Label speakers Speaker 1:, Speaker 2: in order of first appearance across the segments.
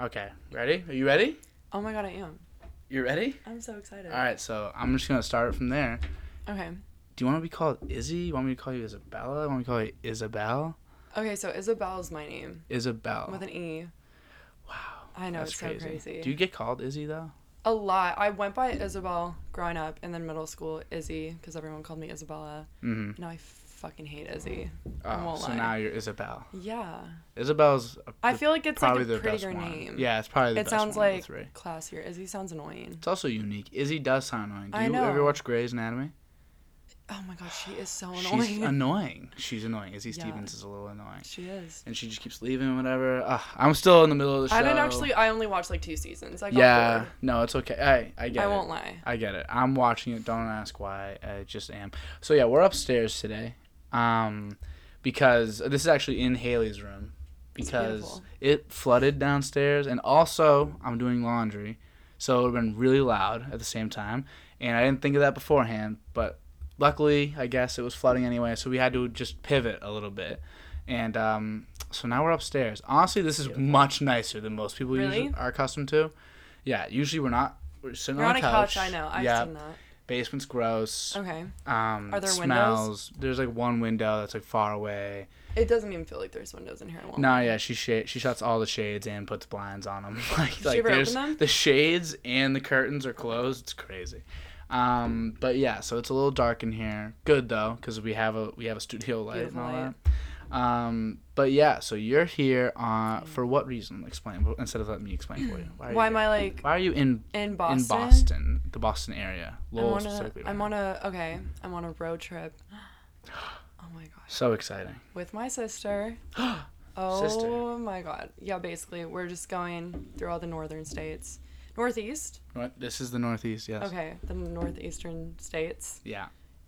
Speaker 1: Okay, ready? Are you ready?
Speaker 2: Oh my god, I am.
Speaker 1: You ready?
Speaker 2: I'm so excited.
Speaker 1: All right, so I'm just gonna start from there.
Speaker 2: Okay.
Speaker 1: Do you want to be called Izzy? You want me to call you Isabella? You want me to call you Isabel?
Speaker 2: Okay, so Isabel is my name
Speaker 1: Isabel.
Speaker 2: with an E.
Speaker 1: wow.
Speaker 2: I know, it's so crazy.
Speaker 1: Do you get called Izzy though?
Speaker 2: A lot. I went by Isabel growing up and then middle school Izzy because everyone called me Isabella.
Speaker 1: Mm-hmm.
Speaker 2: Now I fucking hate Izzy. I
Speaker 1: Oh,
Speaker 2: won't
Speaker 1: so
Speaker 2: lie.
Speaker 1: now you're Isabel.
Speaker 2: Yeah.
Speaker 1: Isabel's. a-
Speaker 2: I
Speaker 1: the-
Speaker 2: feel like it's like
Speaker 1: probably
Speaker 2: a
Speaker 1: the best
Speaker 2: prettier
Speaker 1: one.
Speaker 2: name.
Speaker 1: Yeah, it's probably the
Speaker 2: It
Speaker 1: best
Speaker 2: sounds
Speaker 1: one of the
Speaker 2: like
Speaker 1: three.
Speaker 2: classier. Izzy sounds annoying.
Speaker 1: It's also unique. Izzy does sound annoying. Do
Speaker 2: I
Speaker 1: you ever
Speaker 2: know.
Speaker 1: watch Grey's Anatomy?
Speaker 2: Oh my god, she is so
Speaker 1: She's
Speaker 2: annoying.
Speaker 1: annoying. She's annoying. Izzy
Speaker 2: Yeah.
Speaker 1: Stevens is a little annoying.
Speaker 2: she is.
Speaker 1: And she just keeps leaving, whatever. Ugh, I'm still in the middle of the show.
Speaker 2: I didn't actually. I only watched like two seasons. I got
Speaker 1: yeah,
Speaker 2: bored.
Speaker 1: no, it's okay. I I get
Speaker 2: I
Speaker 1: it.
Speaker 2: won't lie.
Speaker 1: I get it. I'm watching it. Don't ask why. I just am. So yeah, we're upstairs today, um, because this is actually in Haley's room, because
Speaker 2: beautiful.
Speaker 1: it flooded downstairs, and also I'm doing laundry, so it would have been really loud at the same time, and I didn't think of that beforehand, but luckily I guess it was flooding anyway, so we had to just pivot a little bit, and um, so now we're upstairs. Honestly, this is much nicer than most people
Speaker 2: Really?
Speaker 1: usually are accustomed to. Yeah, usually we're not. We're sitting
Speaker 2: You're
Speaker 1: on
Speaker 2: on
Speaker 1: the
Speaker 2: a
Speaker 1: couch.
Speaker 2: couch. I know. I've
Speaker 1: yeah,
Speaker 2: seen that.
Speaker 1: basement's gross.
Speaker 2: Okay.
Speaker 1: Um,
Speaker 2: Are there
Speaker 1: smells. There's like one window that's like far away.
Speaker 2: It doesn't even feel like there's windows in here. I won't
Speaker 1: No, yeah, she sh- she shuts all the shades and puts blinds on them. like
Speaker 2: she
Speaker 1: like
Speaker 2: ever open
Speaker 1: there's
Speaker 2: them?
Speaker 1: the shades and the curtains are closed. It's crazy. Um, but yeah, so it's a little dark in here. Good though, because we have a we have a studio light
Speaker 2: Beautiful
Speaker 1: and all
Speaker 2: light.
Speaker 1: that. Um, but yeah, so you're here uh, for what reason? Explain instead of let me explain for you. are
Speaker 2: Mm. Why
Speaker 1: you
Speaker 2: am
Speaker 1: here?
Speaker 2: I like
Speaker 1: Why are you in
Speaker 2: in Boston?
Speaker 1: in Boston, the Boston area,
Speaker 2: I'm
Speaker 1: Lowell
Speaker 2: on a.
Speaker 1: specifically?
Speaker 2: I'm on a. Okay. I'm on a road trip. Oh my gosh.
Speaker 1: so exciting.
Speaker 2: With my sister. Oh
Speaker 1: Sister.
Speaker 2: my god. Yeah. Basically, we're just going through all the northern states, northeast.
Speaker 1: Nor- This is the Northeast, yes.
Speaker 2: Okay, the northeastern states,
Speaker 1: Yeah,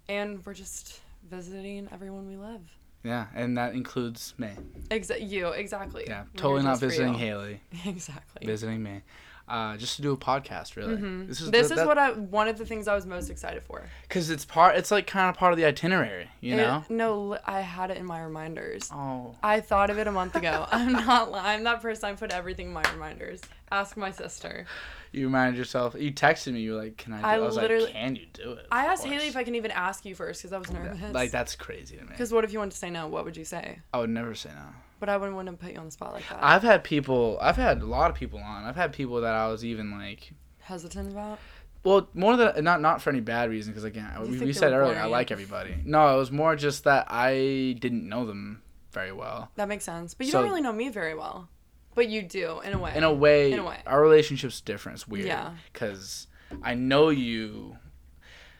Speaker 2: and we're just visiting everyone we love.
Speaker 1: yeah, and that includes me.
Speaker 2: Exa- you exactly.
Speaker 1: Yeah,
Speaker 2: We're
Speaker 1: totally not
Speaker 2: just for
Speaker 1: visiting
Speaker 2: you.
Speaker 1: Haley,
Speaker 2: Exactly.
Speaker 1: visiting me, uh, just to do a podcast. Really,
Speaker 2: Mhm. This is,
Speaker 1: the-
Speaker 2: what I one of the things I was most excited for.
Speaker 1: because it's part. It's like kind of part of the itinerary, you
Speaker 2: It-
Speaker 1: know.
Speaker 2: no, li- I had it in my reminders.
Speaker 1: Oh,
Speaker 2: I thought of it a month ago. I'm not. li- I'm that person. I put everything in my reminders. Ask my sister.
Speaker 1: you reminded yourself. You texted me. You were like, "Can I?" Do
Speaker 2: I
Speaker 1: it?" I was
Speaker 2: literally-
Speaker 1: like, "Can you do it?"
Speaker 2: I asked Haley if I can even ask you first because I was nervous.
Speaker 1: Like that's crazy to me.
Speaker 2: Because what if you wanted to say no? What would you say?
Speaker 1: I would never say no.
Speaker 2: But I wouldn't want to put you on the spot like that.
Speaker 1: I've had people. I've had a lot of people on. I've had people that I was even like
Speaker 2: Hesitant about.
Speaker 1: Well, more than not, not for any bad reason. Because again,
Speaker 2: You
Speaker 1: we,
Speaker 2: think
Speaker 1: we
Speaker 2: they
Speaker 1: said
Speaker 2: were
Speaker 1: earlier, I
Speaker 2: boring.
Speaker 1: like everybody. No, it was more just that I didn't know them very well.
Speaker 2: That makes sense. But you
Speaker 1: So-
Speaker 2: don't really know me very well. But you do in a way.
Speaker 1: In a way,
Speaker 2: In a way.
Speaker 1: our relationship's different. It's weird.
Speaker 2: Yeah.
Speaker 1: Because I know you.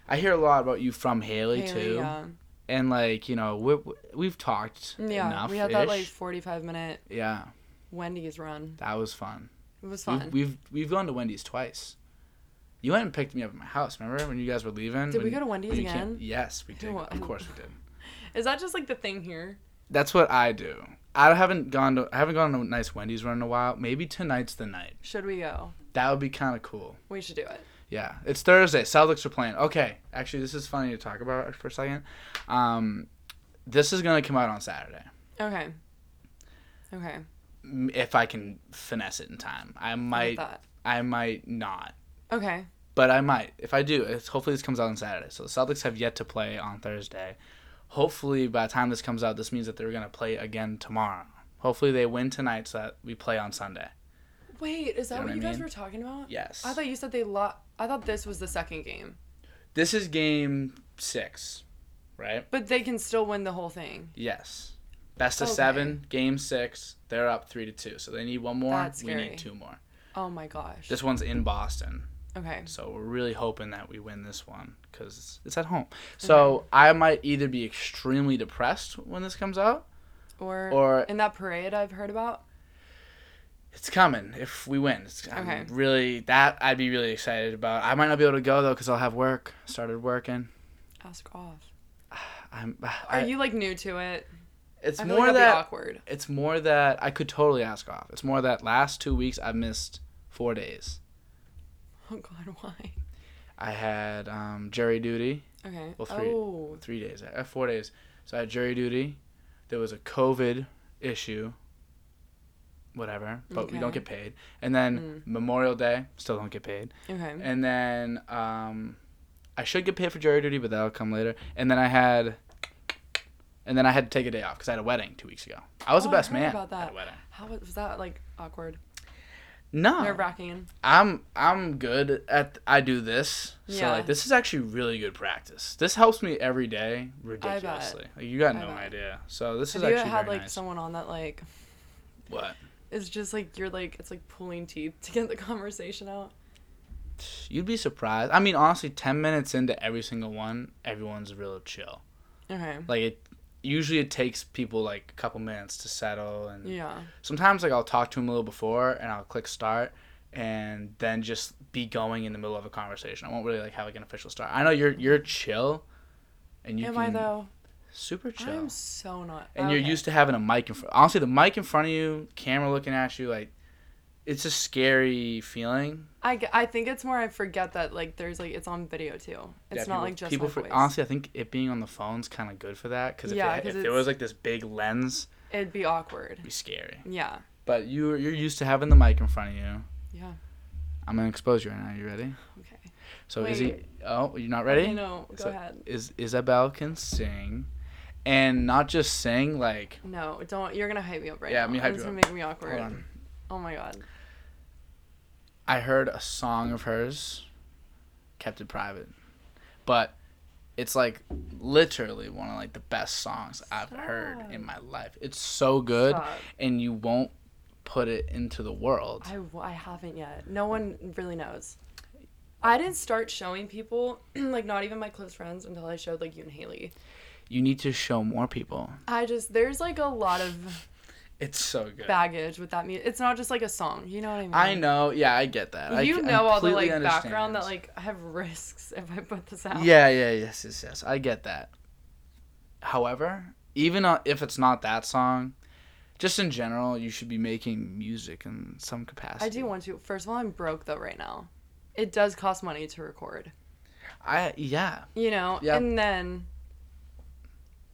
Speaker 1: I hear a lot about you from Haley,
Speaker 2: Haley,
Speaker 1: too,
Speaker 2: Yeah.
Speaker 1: and like you know we we've talked
Speaker 2: Yeah,
Speaker 1: enough.
Speaker 2: we had that like 45 minute
Speaker 1: yeah,
Speaker 2: Wendy's run.
Speaker 1: that was fun.
Speaker 2: It was fun.
Speaker 1: We've, we've we've gone to Wendy's twice. You went and picked me up at my house. Remember when you guys were leaving?
Speaker 2: Did we
Speaker 1: When-
Speaker 2: go to Wendy's
Speaker 1: when you came-
Speaker 2: again?
Speaker 1: Yes, we did.
Speaker 2: Ew.
Speaker 1: Of course we did.
Speaker 2: Is that just like the thing here?
Speaker 1: That's what I do. I haven't gone to I haven't gone to a nice Wendy's run in a while. Maybe tonight's the night.
Speaker 2: Should we go?
Speaker 1: That would be kind of cool.
Speaker 2: We should do it.
Speaker 1: Yeah, it's Thursday. Celtics are playing. Okay, actually, this is funny to talk about for a second. Um, this is gonna come out on Saturday
Speaker 2: Okay. Okay.
Speaker 1: M- if I can finesse it in time. I
Speaker 2: I
Speaker 1: might.
Speaker 2: thought.
Speaker 1: I might not.
Speaker 2: Okay.
Speaker 1: But I might. If I do, it's, hopefully this comes out on Saturday. So the Celtics have yet to play on Thursday. Hopefully by the time this comes out, this means that they're gonna play again tomorrow. Hopefully they win tonight so that we play on Sunday.
Speaker 2: Wait, is that
Speaker 1: know
Speaker 2: what,
Speaker 1: what I
Speaker 2: you guys
Speaker 1: mean?
Speaker 2: were talking about?
Speaker 1: Yes.
Speaker 2: I thought you said they lost. I thought this was the second game.
Speaker 1: This is game six, right?
Speaker 2: But they can still win the whole thing.
Speaker 1: Yes. Best of
Speaker 2: Okay.
Speaker 1: seven, game six. They're up three to two, so they need one more.
Speaker 2: That's
Speaker 1: We
Speaker 2: scary.
Speaker 1: need two more.
Speaker 2: Oh my gosh.
Speaker 1: This one's in Boston,
Speaker 2: okay.
Speaker 1: so we're really hoping that we win this one because it's at home. So I might either be extremely depressed when this comes out,
Speaker 2: Or,
Speaker 1: or
Speaker 2: in that parade I've heard about.
Speaker 1: it's coming if we win. It's, I'm
Speaker 2: Okay.
Speaker 1: really that I'd be really excited about. I might not be able to go though because I'll have work. Started working.
Speaker 2: Ask off.
Speaker 1: I'm.
Speaker 2: Are
Speaker 1: I-
Speaker 2: you like new to it?
Speaker 1: It's
Speaker 2: I feel
Speaker 1: more
Speaker 2: like that'd
Speaker 1: that
Speaker 2: be awkward.
Speaker 1: it's more that I could totally ask off. It's more that last two weeks I missed four days.
Speaker 2: Oh god, why?
Speaker 1: I had um, jury duty
Speaker 2: Okay.
Speaker 1: Well, three-
Speaker 2: Oh.
Speaker 1: three days, uh, four days. So I had jury duty. There was a COVID issue. whatever, but we don't
Speaker 2: Okay.
Speaker 1: get
Speaker 2: Mm.
Speaker 1: paid. And then Memorial Day, still don't get paid.
Speaker 2: Okay.
Speaker 1: And then um, I should get paid for jury duty, but that'll come later. And then I had, and then I had to take a day off because I had a wedding two weeks ago. I was
Speaker 2: Oh,
Speaker 1: the best
Speaker 2: heard
Speaker 1: man
Speaker 2: about
Speaker 1: at
Speaker 2: that.
Speaker 1: a wedding.
Speaker 2: How was, was that like awkward? Nerve
Speaker 1: No,
Speaker 2: wracking.
Speaker 1: I'm I'm good at I do this. So
Speaker 2: Yeah.
Speaker 1: like this is actually really good practice. This helps me every day ridiculously. Like, you got
Speaker 2: I
Speaker 1: no
Speaker 2: bet.
Speaker 1: idea. So this
Speaker 2: Have
Speaker 1: is
Speaker 2: you
Speaker 1: actually
Speaker 2: had
Speaker 1: very
Speaker 2: like
Speaker 1: nice.
Speaker 2: someone on that like
Speaker 1: what
Speaker 2: is just like you're like it's like pulling teeth to get the conversation out?
Speaker 1: you'd be surprised. I mean, honestly, ten minutes into every single one, everyone's real chill.
Speaker 2: Okay.
Speaker 1: Like it usually it takes people like a couple minutes to settle and
Speaker 2: Yeah.
Speaker 1: sometimes like I'll talk to him a little before and I'll click start and then just be going in the middle of a conversation. I won't really like have like an official start. I know you're you're chill and you
Speaker 2: Am
Speaker 1: can
Speaker 2: I though?
Speaker 1: super chill.
Speaker 2: I'm so not.
Speaker 1: and you're
Speaker 2: okay.
Speaker 1: used to having a mic in front honestly the mic in front of you, camera looking at you, like it's a scary feeling.
Speaker 2: I, g- I think it's more I forget that like there's like it's on video too. It's
Speaker 1: Yeah,
Speaker 2: not like just
Speaker 1: people
Speaker 2: my
Speaker 1: for,
Speaker 2: voice.
Speaker 1: honestly I think it being on the phone's kind of good for that cuz if,
Speaker 2: Yeah,
Speaker 1: it-
Speaker 2: 'cause
Speaker 1: if there
Speaker 2: it's-
Speaker 1: was like this big lens,
Speaker 2: It'd be awkward.
Speaker 1: it'd be scary.
Speaker 2: Yeah.
Speaker 1: But you you're used to having the mic in front of you.
Speaker 2: Yeah.
Speaker 1: I'm gonna expose you right now. You ready?
Speaker 2: Okay.
Speaker 1: So is he? Oh, you're not ready?
Speaker 2: You know. Go
Speaker 1: So-
Speaker 2: ahead.
Speaker 1: Is Isabel can sing, and not just sing like.
Speaker 2: No, don't. You're gonna hype me up right
Speaker 1: Yeah,
Speaker 2: now.
Speaker 1: me hype you
Speaker 2: It's gonna
Speaker 1: up.
Speaker 2: make me awkward.
Speaker 1: Hold on.
Speaker 2: Oh my god.
Speaker 1: I heard a song of hers, kept it private, but it's like literally one of like the best songs I've heard in my life. It's so good,
Speaker 2: Stop.
Speaker 1: and you won't put it into the world.
Speaker 2: I, w- I haven't yet. No one really knows. I didn't start showing people, like not even my close friends, until I showed like you and Haley.
Speaker 1: You need to show more people.
Speaker 2: I just there's like a lot of
Speaker 1: It's so good.
Speaker 2: baggage with that music. It's not just like a song. You know what I mean?
Speaker 1: I know. Yeah, I get that. I
Speaker 2: You
Speaker 1: c-
Speaker 2: know all the
Speaker 1: completely
Speaker 2: like background that
Speaker 1: understand.
Speaker 2: like I have risks if I put this out.
Speaker 1: Yeah, yeah, yes, yes, yes. I get that. However, even uh, if it's not that song, just in general, you should be making music in some capacity.
Speaker 2: I do want to. First of all, I'm broke though right now. It does cost money to record,
Speaker 1: I yeah.
Speaker 2: you know.
Speaker 1: Yeah.
Speaker 2: And then,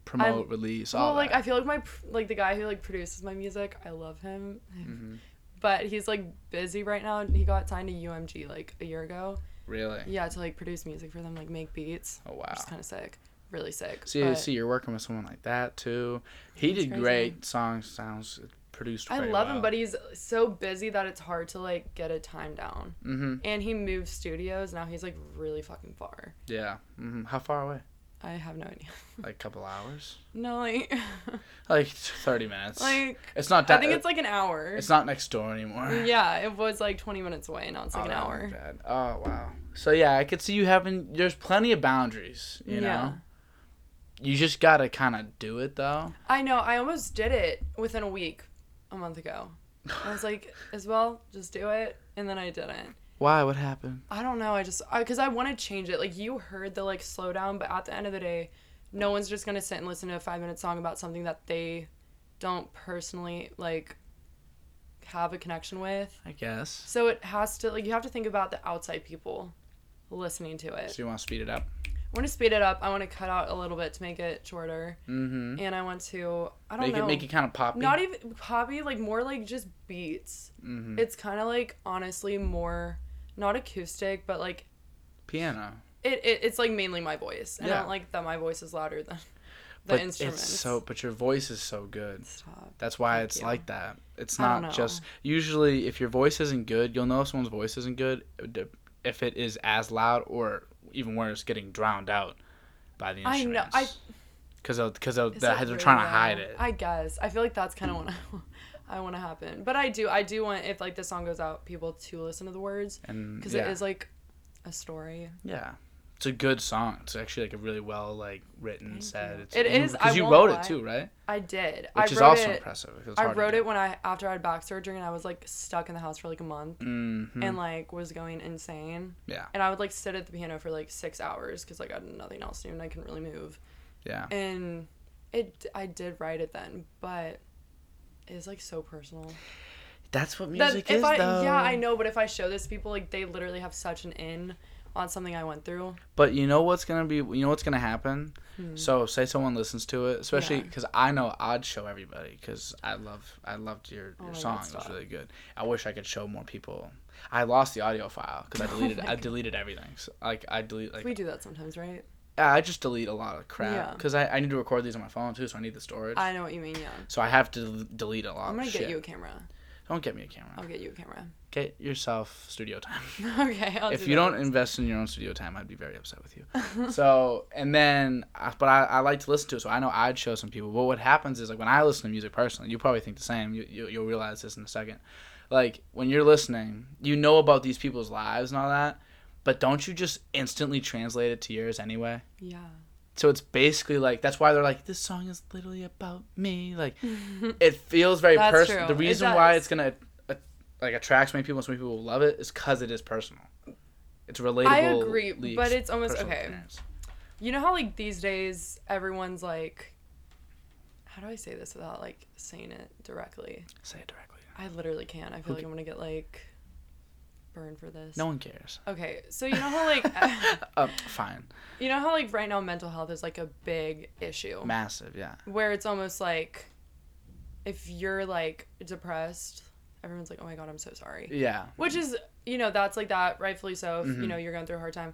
Speaker 1: Promote, release, all
Speaker 2: well, like
Speaker 1: that.
Speaker 2: I feel like my pr- like the guy who like produces my music, I love him,
Speaker 1: Mm-hmm.
Speaker 2: but he's like busy right now. He got signed to UMG like a year ago.
Speaker 1: really.
Speaker 2: Yeah, to like produce music for them, like make beats.
Speaker 1: Oh
Speaker 2: Which
Speaker 1: wow.
Speaker 2: is kind of sick. Really sick.
Speaker 1: See,
Speaker 2: but
Speaker 1: see, you're working with someone like that too. He
Speaker 2: That's
Speaker 1: did
Speaker 2: crazy.
Speaker 1: great. Songs sounds uh, produced.
Speaker 2: I
Speaker 1: very
Speaker 2: love
Speaker 1: well.
Speaker 2: him, but he's so busy that it's hard to like get a time down.
Speaker 1: Mm-hmm.
Speaker 2: And he moved studios. Now he's like really fucking far.
Speaker 1: Yeah. hmm How far away?
Speaker 2: I have no idea.
Speaker 1: Like a couple hours?
Speaker 2: No, like,
Speaker 1: Like thirty minutes.
Speaker 2: like
Speaker 1: it's not
Speaker 2: I
Speaker 1: that. uh,
Speaker 2: think it's like an hour. Mm,
Speaker 1: it's not next door anymore.
Speaker 2: yeah, it was like 20 minutes away. Now it's like
Speaker 1: Oh,
Speaker 2: an
Speaker 1: that
Speaker 2: hour.
Speaker 1: ain't bad. Oh wow. So yeah, I could see you having. There's plenty of boundaries. You
Speaker 2: Yeah.
Speaker 1: know. You just gotta kind of do it though.
Speaker 2: I know. I almost did it within a week, a month ago. I was like, as well, just do it, and then I didn't.
Speaker 1: Why? What happened?
Speaker 2: I don't know. I just I because I, want to change it. Like you heard the like slow down, but at the end of the day, no one's just gonna sit and listen to a five minute song about something that they don't personally like have a connection with.
Speaker 1: I guess.
Speaker 2: So it has to like you have to think about the outside people listening to it.
Speaker 1: So you want to speed it up?
Speaker 2: I want to speed it up. I want to cut out a little bit to make it shorter,
Speaker 1: Mm-hmm.
Speaker 2: and I want to I don't
Speaker 1: Make
Speaker 2: know
Speaker 1: it make it kind of poppy.
Speaker 2: not even poppy like more like just beats.
Speaker 1: Mhm.
Speaker 2: It's kind of like honestly more not acoustic, but like
Speaker 1: Piano.
Speaker 2: it, it it's like mainly my voice. And I
Speaker 1: Yeah.
Speaker 2: don't like that my voice is louder than the
Speaker 1: but
Speaker 2: instruments.
Speaker 1: it's so. But your voice is so good.
Speaker 2: Stop.
Speaker 1: That's why
Speaker 2: Thank
Speaker 1: it's
Speaker 2: you.
Speaker 1: like that. It's
Speaker 2: I don't
Speaker 1: not
Speaker 2: know.
Speaker 1: just usually if your voice isn't good, you'll know if someone's voice isn't good if it is as loud or even worse, getting drowned out by the
Speaker 2: I know-
Speaker 1: instruments.
Speaker 2: I-
Speaker 1: because because they're,
Speaker 2: Is
Speaker 1: they're
Speaker 2: it really
Speaker 1: trying to
Speaker 2: though?
Speaker 1: hide it. Mm.
Speaker 2: I guess. I feel like that's kind of what I, I want to happen. But I do I do want if like this song goes out people to listen to the words
Speaker 1: and
Speaker 2: because
Speaker 1: yeah,
Speaker 2: it is like a story.
Speaker 1: yeah, it's a good song. It's actually like a really well like written
Speaker 2: Thank
Speaker 1: set.
Speaker 2: you.
Speaker 1: It's,
Speaker 2: It
Speaker 1: and you-
Speaker 2: is, I
Speaker 1: because you
Speaker 2: won't
Speaker 1: wrote
Speaker 2: lie.
Speaker 1: it too, right?
Speaker 2: I did. I
Speaker 1: Which
Speaker 2: wrote
Speaker 1: is also
Speaker 2: it
Speaker 1: impressive.
Speaker 2: I wrote it when I after I had back surgery and I was like stuck in the house for like a month.
Speaker 1: mm-hmm.
Speaker 2: and like was going insane.
Speaker 1: Yeah.
Speaker 2: And I would like sit at the piano for like six hours because like I had nothing else to do and I couldn't really move.
Speaker 1: yeah,
Speaker 2: And it, I did write it then, but it's like so personal.
Speaker 1: that's what
Speaker 2: That
Speaker 1: music
Speaker 2: if
Speaker 1: is
Speaker 2: I
Speaker 1: though.
Speaker 2: yeah I know, but if I show this to people, like they literally have such an in on something I went through.
Speaker 1: But you know what's gonna be, you know what's gonna happen. So say someone listens to it, especially
Speaker 2: Hmm. Yeah.
Speaker 1: because I know I'd show everybody because I love, I loved your
Speaker 2: Oh
Speaker 1: your
Speaker 2: my God,
Speaker 1: song. It was
Speaker 2: stop.
Speaker 1: really good. I wish I could show more people. I lost the audio file because I
Speaker 2: Oh
Speaker 1: deleted,
Speaker 2: my
Speaker 1: I
Speaker 2: God.
Speaker 1: deleted everything. So, like I delete, like
Speaker 2: we do that sometimes, right?
Speaker 1: Yeah, I just delete a lot of crap
Speaker 2: Yeah.
Speaker 1: because I, I need to record these on my phone too, so I need the storage.
Speaker 2: I know what you mean. Yeah.
Speaker 1: so I have to del- delete a lot.
Speaker 2: I'm
Speaker 1: of
Speaker 2: gonna
Speaker 1: shit.
Speaker 2: get you Um a camera.
Speaker 1: Don't get me a camera.
Speaker 2: I'll get you a camera.
Speaker 1: Get yourself studio time.
Speaker 2: okay. I'll
Speaker 1: if
Speaker 2: do
Speaker 1: you
Speaker 2: that
Speaker 1: don't
Speaker 2: next.
Speaker 1: invest in your own studio time, I'd be very upset with you. so, and then, I- but I, I like to listen to it, so I know I'd show some people. But what happens is, like, when I listen to music personally, you probably think the same. You, you, you'll realize this in a second. Like, when you're listening, you know about these people's lives and all that, but don't you just instantly translate it to yours anyway?
Speaker 2: yeah.
Speaker 1: So it's basically like that's why they're like this song is literally about me. Like it feels very
Speaker 2: That's
Speaker 1: personal. The
Speaker 2: true. It
Speaker 1: reason why
Speaker 2: does.
Speaker 1: it's gonna uh, like attract so many people and so many people will love it is because it is personal. It's relatable.
Speaker 2: I agree,
Speaker 1: leaks,
Speaker 2: but it's almost
Speaker 1: personal
Speaker 2: okay.
Speaker 1: experience.
Speaker 2: You know how like these days everyone's like, how do I say this without like saying it directly?
Speaker 1: Say it directly.
Speaker 2: I literally can't. I feel
Speaker 1: Okay.
Speaker 2: like I'm gonna get like burned for this.
Speaker 1: No one cares.
Speaker 2: Okay, so you know how like
Speaker 1: Uh, fine.
Speaker 2: you know how like right now mental health is like a big issue
Speaker 1: Massive. Yeah.
Speaker 2: where it's almost like if you're like depressed, everyone's like, "Oh my god, I'm so sorry."
Speaker 1: Yeah.
Speaker 2: Which is, you know, that's like that, rightfully so. If, You
Speaker 1: Mm-hmm.
Speaker 2: know, you're going through a hard time.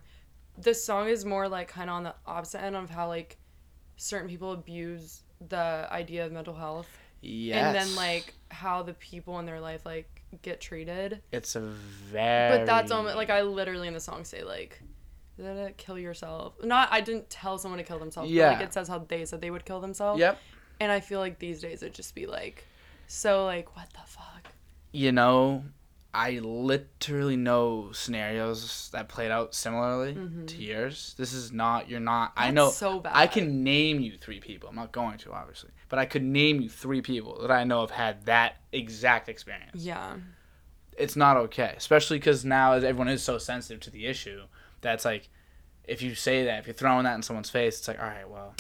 Speaker 2: This song is more like kind of on the opposite end of how like certain people abuse the idea of mental health,
Speaker 1: Yes.
Speaker 2: and then like how the people in their life like get treated.
Speaker 1: it's a very.
Speaker 2: But that's almost like I literally in the song say like, "Da-da, "Kill yourself." Not I didn't tell someone to kill themselves. Yeah,
Speaker 1: Yeah.
Speaker 2: like it says how they said they would kill themselves.
Speaker 1: Yep.
Speaker 2: And I feel like these days it'd just be like, so like what the fuck?
Speaker 1: you know, I literally know scenarios that played out similarly to yours. This is not you're not. I
Speaker 2: Mm-hmm. That's
Speaker 1: know
Speaker 2: so bad.
Speaker 1: I can name you three people. I'm not going to obviously, but I could name you three people that I know have had that exact experience.
Speaker 2: Yeah.
Speaker 1: It's not okay, especially because now as everyone is so sensitive to the issue. That's like, if you say that, if you're throwing that in someone's face, it's like, all right, well.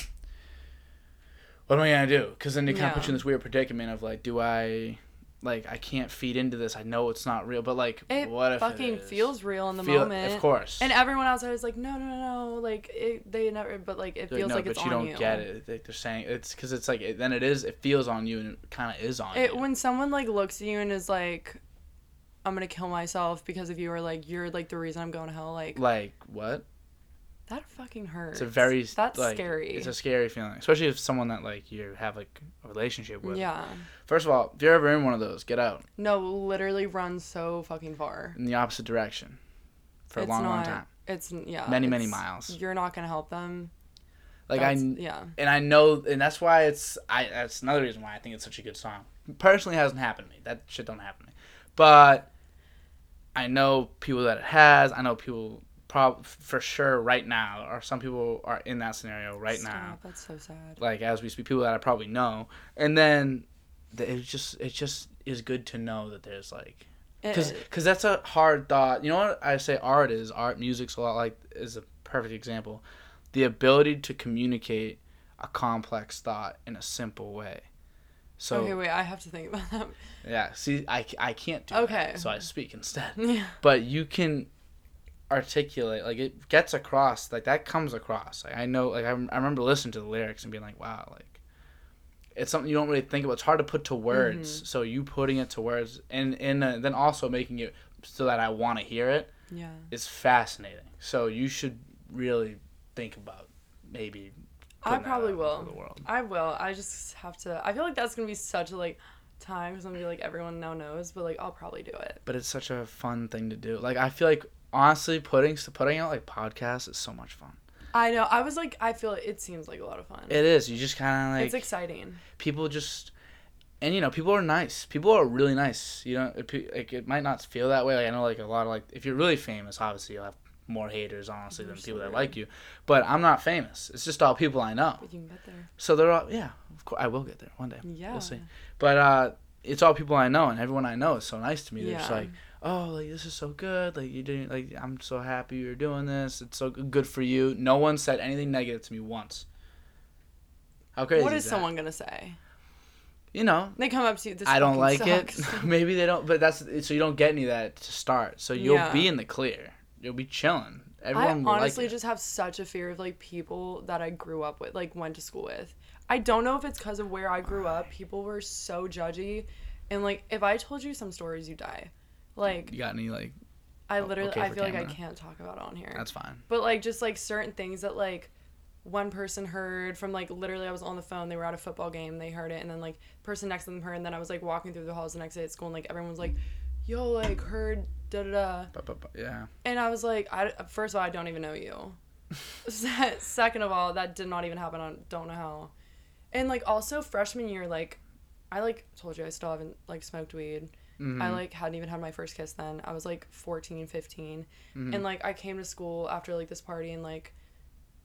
Speaker 1: What am I gonna do? Because then it kind of
Speaker 2: Yeah.
Speaker 1: puts you in this weird predicament of like, do I, like, I can't feed into this. I know it's not real, but like,
Speaker 2: It
Speaker 1: what if
Speaker 2: fucking
Speaker 1: it is?
Speaker 2: feels real in the
Speaker 1: Feel-
Speaker 2: moment.
Speaker 1: Of course.
Speaker 2: And everyone outside is like, no, no, no, no. Like it, they never. But like it
Speaker 1: They're
Speaker 2: feels like
Speaker 1: no,
Speaker 2: it's
Speaker 1: but you
Speaker 2: on
Speaker 1: don't
Speaker 2: you.
Speaker 1: get it. Like, they're saying it's because it's like it, then it is. It feels on you, and it kind of is on
Speaker 2: It
Speaker 1: you.
Speaker 2: when someone like looks at you and is like, I'm gonna kill myself because of you, or like you're like the reason I'm going to hell. Like
Speaker 1: like what?
Speaker 2: that fucking hurts.
Speaker 1: It's a very
Speaker 2: that's
Speaker 1: like,
Speaker 2: scary.
Speaker 1: It's a scary feeling, especially if someone that like you have like a relationship with.
Speaker 2: yeah.
Speaker 1: First of all, if you're ever in one of those, get out
Speaker 2: No, literally run so fucking far.
Speaker 1: in the opposite direction for a
Speaker 2: It's
Speaker 1: long, long
Speaker 2: not-
Speaker 1: time.
Speaker 2: It's yeah.
Speaker 1: Many, many
Speaker 2: it's-
Speaker 1: miles.
Speaker 2: You're not gonna help them.
Speaker 1: Like I,
Speaker 2: That's-
Speaker 1: kn-
Speaker 2: yeah.
Speaker 1: and I know, and that's why it's I. That's another reason why I think it's such a good song. Personally, it hasn't happened to me. That shit don't happen to me, but I know people that it has. I know people, prob for sure, right now, or some people are in that scenario right
Speaker 2: Stop,
Speaker 1: now.
Speaker 2: That's so sad.
Speaker 1: Like as we speak, people that I probably know, and then th- it just it just is good to know that there's like
Speaker 2: It
Speaker 1: because
Speaker 2: is.
Speaker 1: because that's a hard thought. You know what I say? Art is art. Music's a lot like is a perfect example. The ability to communicate a complex thought in a simple way. So
Speaker 2: okay, wait. I have to think about that.
Speaker 1: yeah, see, I, I can't do okay.
Speaker 2: Okay.
Speaker 1: So I speak instead.
Speaker 2: yeah.
Speaker 1: But you can articulate like it gets across like that comes across. Like I know like I, rem- I remember listening to the lyrics and being like wow like it's something you don't really think about. It's hard to put to words.
Speaker 2: Mm-hmm.
Speaker 1: So you putting it to words and and uh, then also making it so that I want to hear it
Speaker 2: Yeah.
Speaker 1: is fascinating. So you should really think about maybe.
Speaker 2: I
Speaker 1: putting that
Speaker 2: probably
Speaker 1: out
Speaker 2: will.
Speaker 1: into The world.
Speaker 2: I will. I just have to. I feel like that's gonna be such a like time because I'm gonna be like everyone now knows, but like I'll probably do it.
Speaker 1: But it's such a fun thing to do. Like I feel like honestly putting putting out like podcasts is so much fun.
Speaker 2: I know. I was like, I feel it seems like a lot of fun.
Speaker 1: It is. You just kind of like
Speaker 2: it's exciting.
Speaker 1: people just and you know people are nice people are really nice you know if you- like it might not feel that way like i know like a lot of like if you're really famous obviously you'll have more haters honestly than
Speaker 2: You're so
Speaker 1: people that
Speaker 2: right.
Speaker 1: like you but i'm not famous it's just all people i know
Speaker 2: But you can get there.
Speaker 1: so they're all yeah of course i will get there one day
Speaker 2: Yeah.
Speaker 1: we'll see but uh it's all people i know and everyone i know is so nice to me they're just
Speaker 2: Yeah.
Speaker 1: like oh like this is so good like you didn't like i'm so happy you're doing this it's so good for you no one said anything negative to me once how crazy
Speaker 2: What
Speaker 1: is
Speaker 2: is
Speaker 1: that?
Speaker 2: someone gonna say?
Speaker 1: you know
Speaker 2: They come up to you. This
Speaker 1: I don't like
Speaker 2: fucking
Speaker 1: it.
Speaker 2: sucks."
Speaker 1: Maybe they don't, but that's so you don't get any of that to start. So you'll
Speaker 2: Yeah.
Speaker 1: be in the clear. You'll be chilling. Everyone
Speaker 2: I
Speaker 1: will
Speaker 2: honestly
Speaker 1: like it.
Speaker 2: just have such a fear of like people that I grew up with, like went to school with. I don't know if it's because of where I grew up. People were so judgy, and like if I told you some stories, you die. Like
Speaker 1: You got any like?
Speaker 2: I
Speaker 1: Oh,
Speaker 2: literally,
Speaker 1: okay
Speaker 2: I
Speaker 1: for
Speaker 2: feel like I
Speaker 1: camera.
Speaker 2: can't talk about it on here.
Speaker 1: That's fine.
Speaker 2: but like just like certain things that like one person heard from like literally I was on the phone they were at a football game they heard it and then like person next to them heard and then I was like walking through the halls the next day at school and like everyone was like yo like heard da da da
Speaker 1: But, but, but, yeah.
Speaker 2: and I was like I first of all I don't even know you Se- second of all that did not even happen I don't know how and like also freshman year like I like told you I still haven't like smoked weed
Speaker 1: Mhm.
Speaker 2: I like hadn't even had my first kiss then. I was like 14, 15.
Speaker 1: Mhm.
Speaker 2: And like I came to school after like this party and like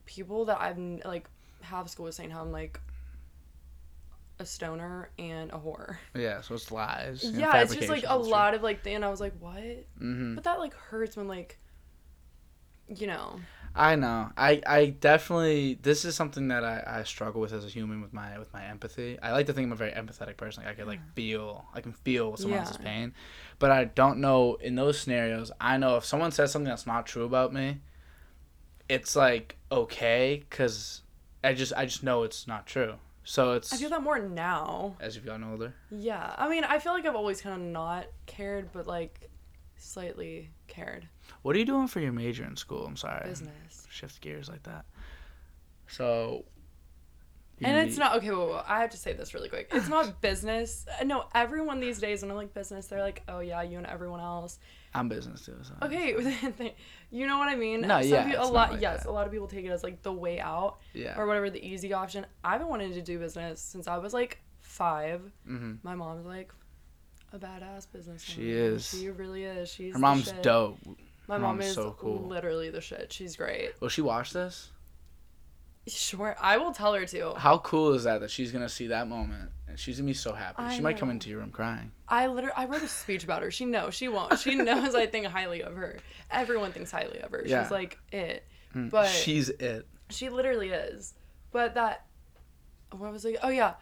Speaker 2: people that I've n- like have school was saying how I'm like a stoner and a whore.
Speaker 1: yeah. So it's lies. and
Speaker 2: yeah, it's just like a
Speaker 1: fabrications.
Speaker 2: lot Mm-hmm. of like th- and I was like, "What?"
Speaker 1: Mhm.
Speaker 2: But that like hurts when like you know.
Speaker 1: I know. I, I definitely this is something that I, I struggle with as a human with my with my empathy. I like to think I'm a very empathetic person. Like I could like feel I can feel someone else's
Speaker 2: Yeah.
Speaker 1: pain. But I don't know in those scenarios, I know if someone says something that's not true about me, it's like okay cuz I just I just know it's not true. So it's
Speaker 2: I feel that more now.
Speaker 1: as you've gotten older.
Speaker 2: Yeah. I mean, I feel like I've always kind of not cared but like slightly cared.
Speaker 1: What are you doing for your major in school? I'm sorry.
Speaker 2: Business.
Speaker 1: Shift gears like that. So you're
Speaker 2: And
Speaker 1: gonna
Speaker 2: it's
Speaker 1: be-
Speaker 2: not okay. Whoa, whoa, I have to say this really quick. It's not business. Uh, No, everyone these days when I'm like business, they're like, oh yeah, you and everyone else.
Speaker 1: I'm business too. So
Speaker 2: Okay, you know what I mean?
Speaker 1: No, yeah,
Speaker 2: peo- a
Speaker 1: it's
Speaker 2: lot.
Speaker 1: not like
Speaker 2: yes,
Speaker 1: that.
Speaker 2: a lot of people take it as like the way out
Speaker 1: Yeah.
Speaker 2: or whatever the easy option. I've been wanting to do business since I was like five.
Speaker 1: mm-hmm.
Speaker 2: My mom's like a badass business.
Speaker 1: She
Speaker 2: woman.
Speaker 1: is.
Speaker 2: She really is. She's
Speaker 1: Her
Speaker 2: the
Speaker 1: mom's
Speaker 2: shit.
Speaker 1: dope.
Speaker 2: My
Speaker 1: Her
Speaker 2: mom
Speaker 1: mom's
Speaker 2: is
Speaker 1: so cool.
Speaker 2: literally the shit. She's great.
Speaker 1: Will she watch this?
Speaker 2: Sure, I will tell her to.
Speaker 1: How cool is that that she's gonna see that moment and she's gonna be so happy.
Speaker 2: I
Speaker 1: she might come
Speaker 2: know.
Speaker 1: into your room crying.
Speaker 2: I literally I wrote a speech about her. She knows she won't. She knows I think highly of her. Everyone thinks highly of her.
Speaker 1: Yeah.
Speaker 2: She's like it.
Speaker 1: Mm,
Speaker 2: But-
Speaker 1: she's it.
Speaker 2: She literally is. But that what was like oh yeah,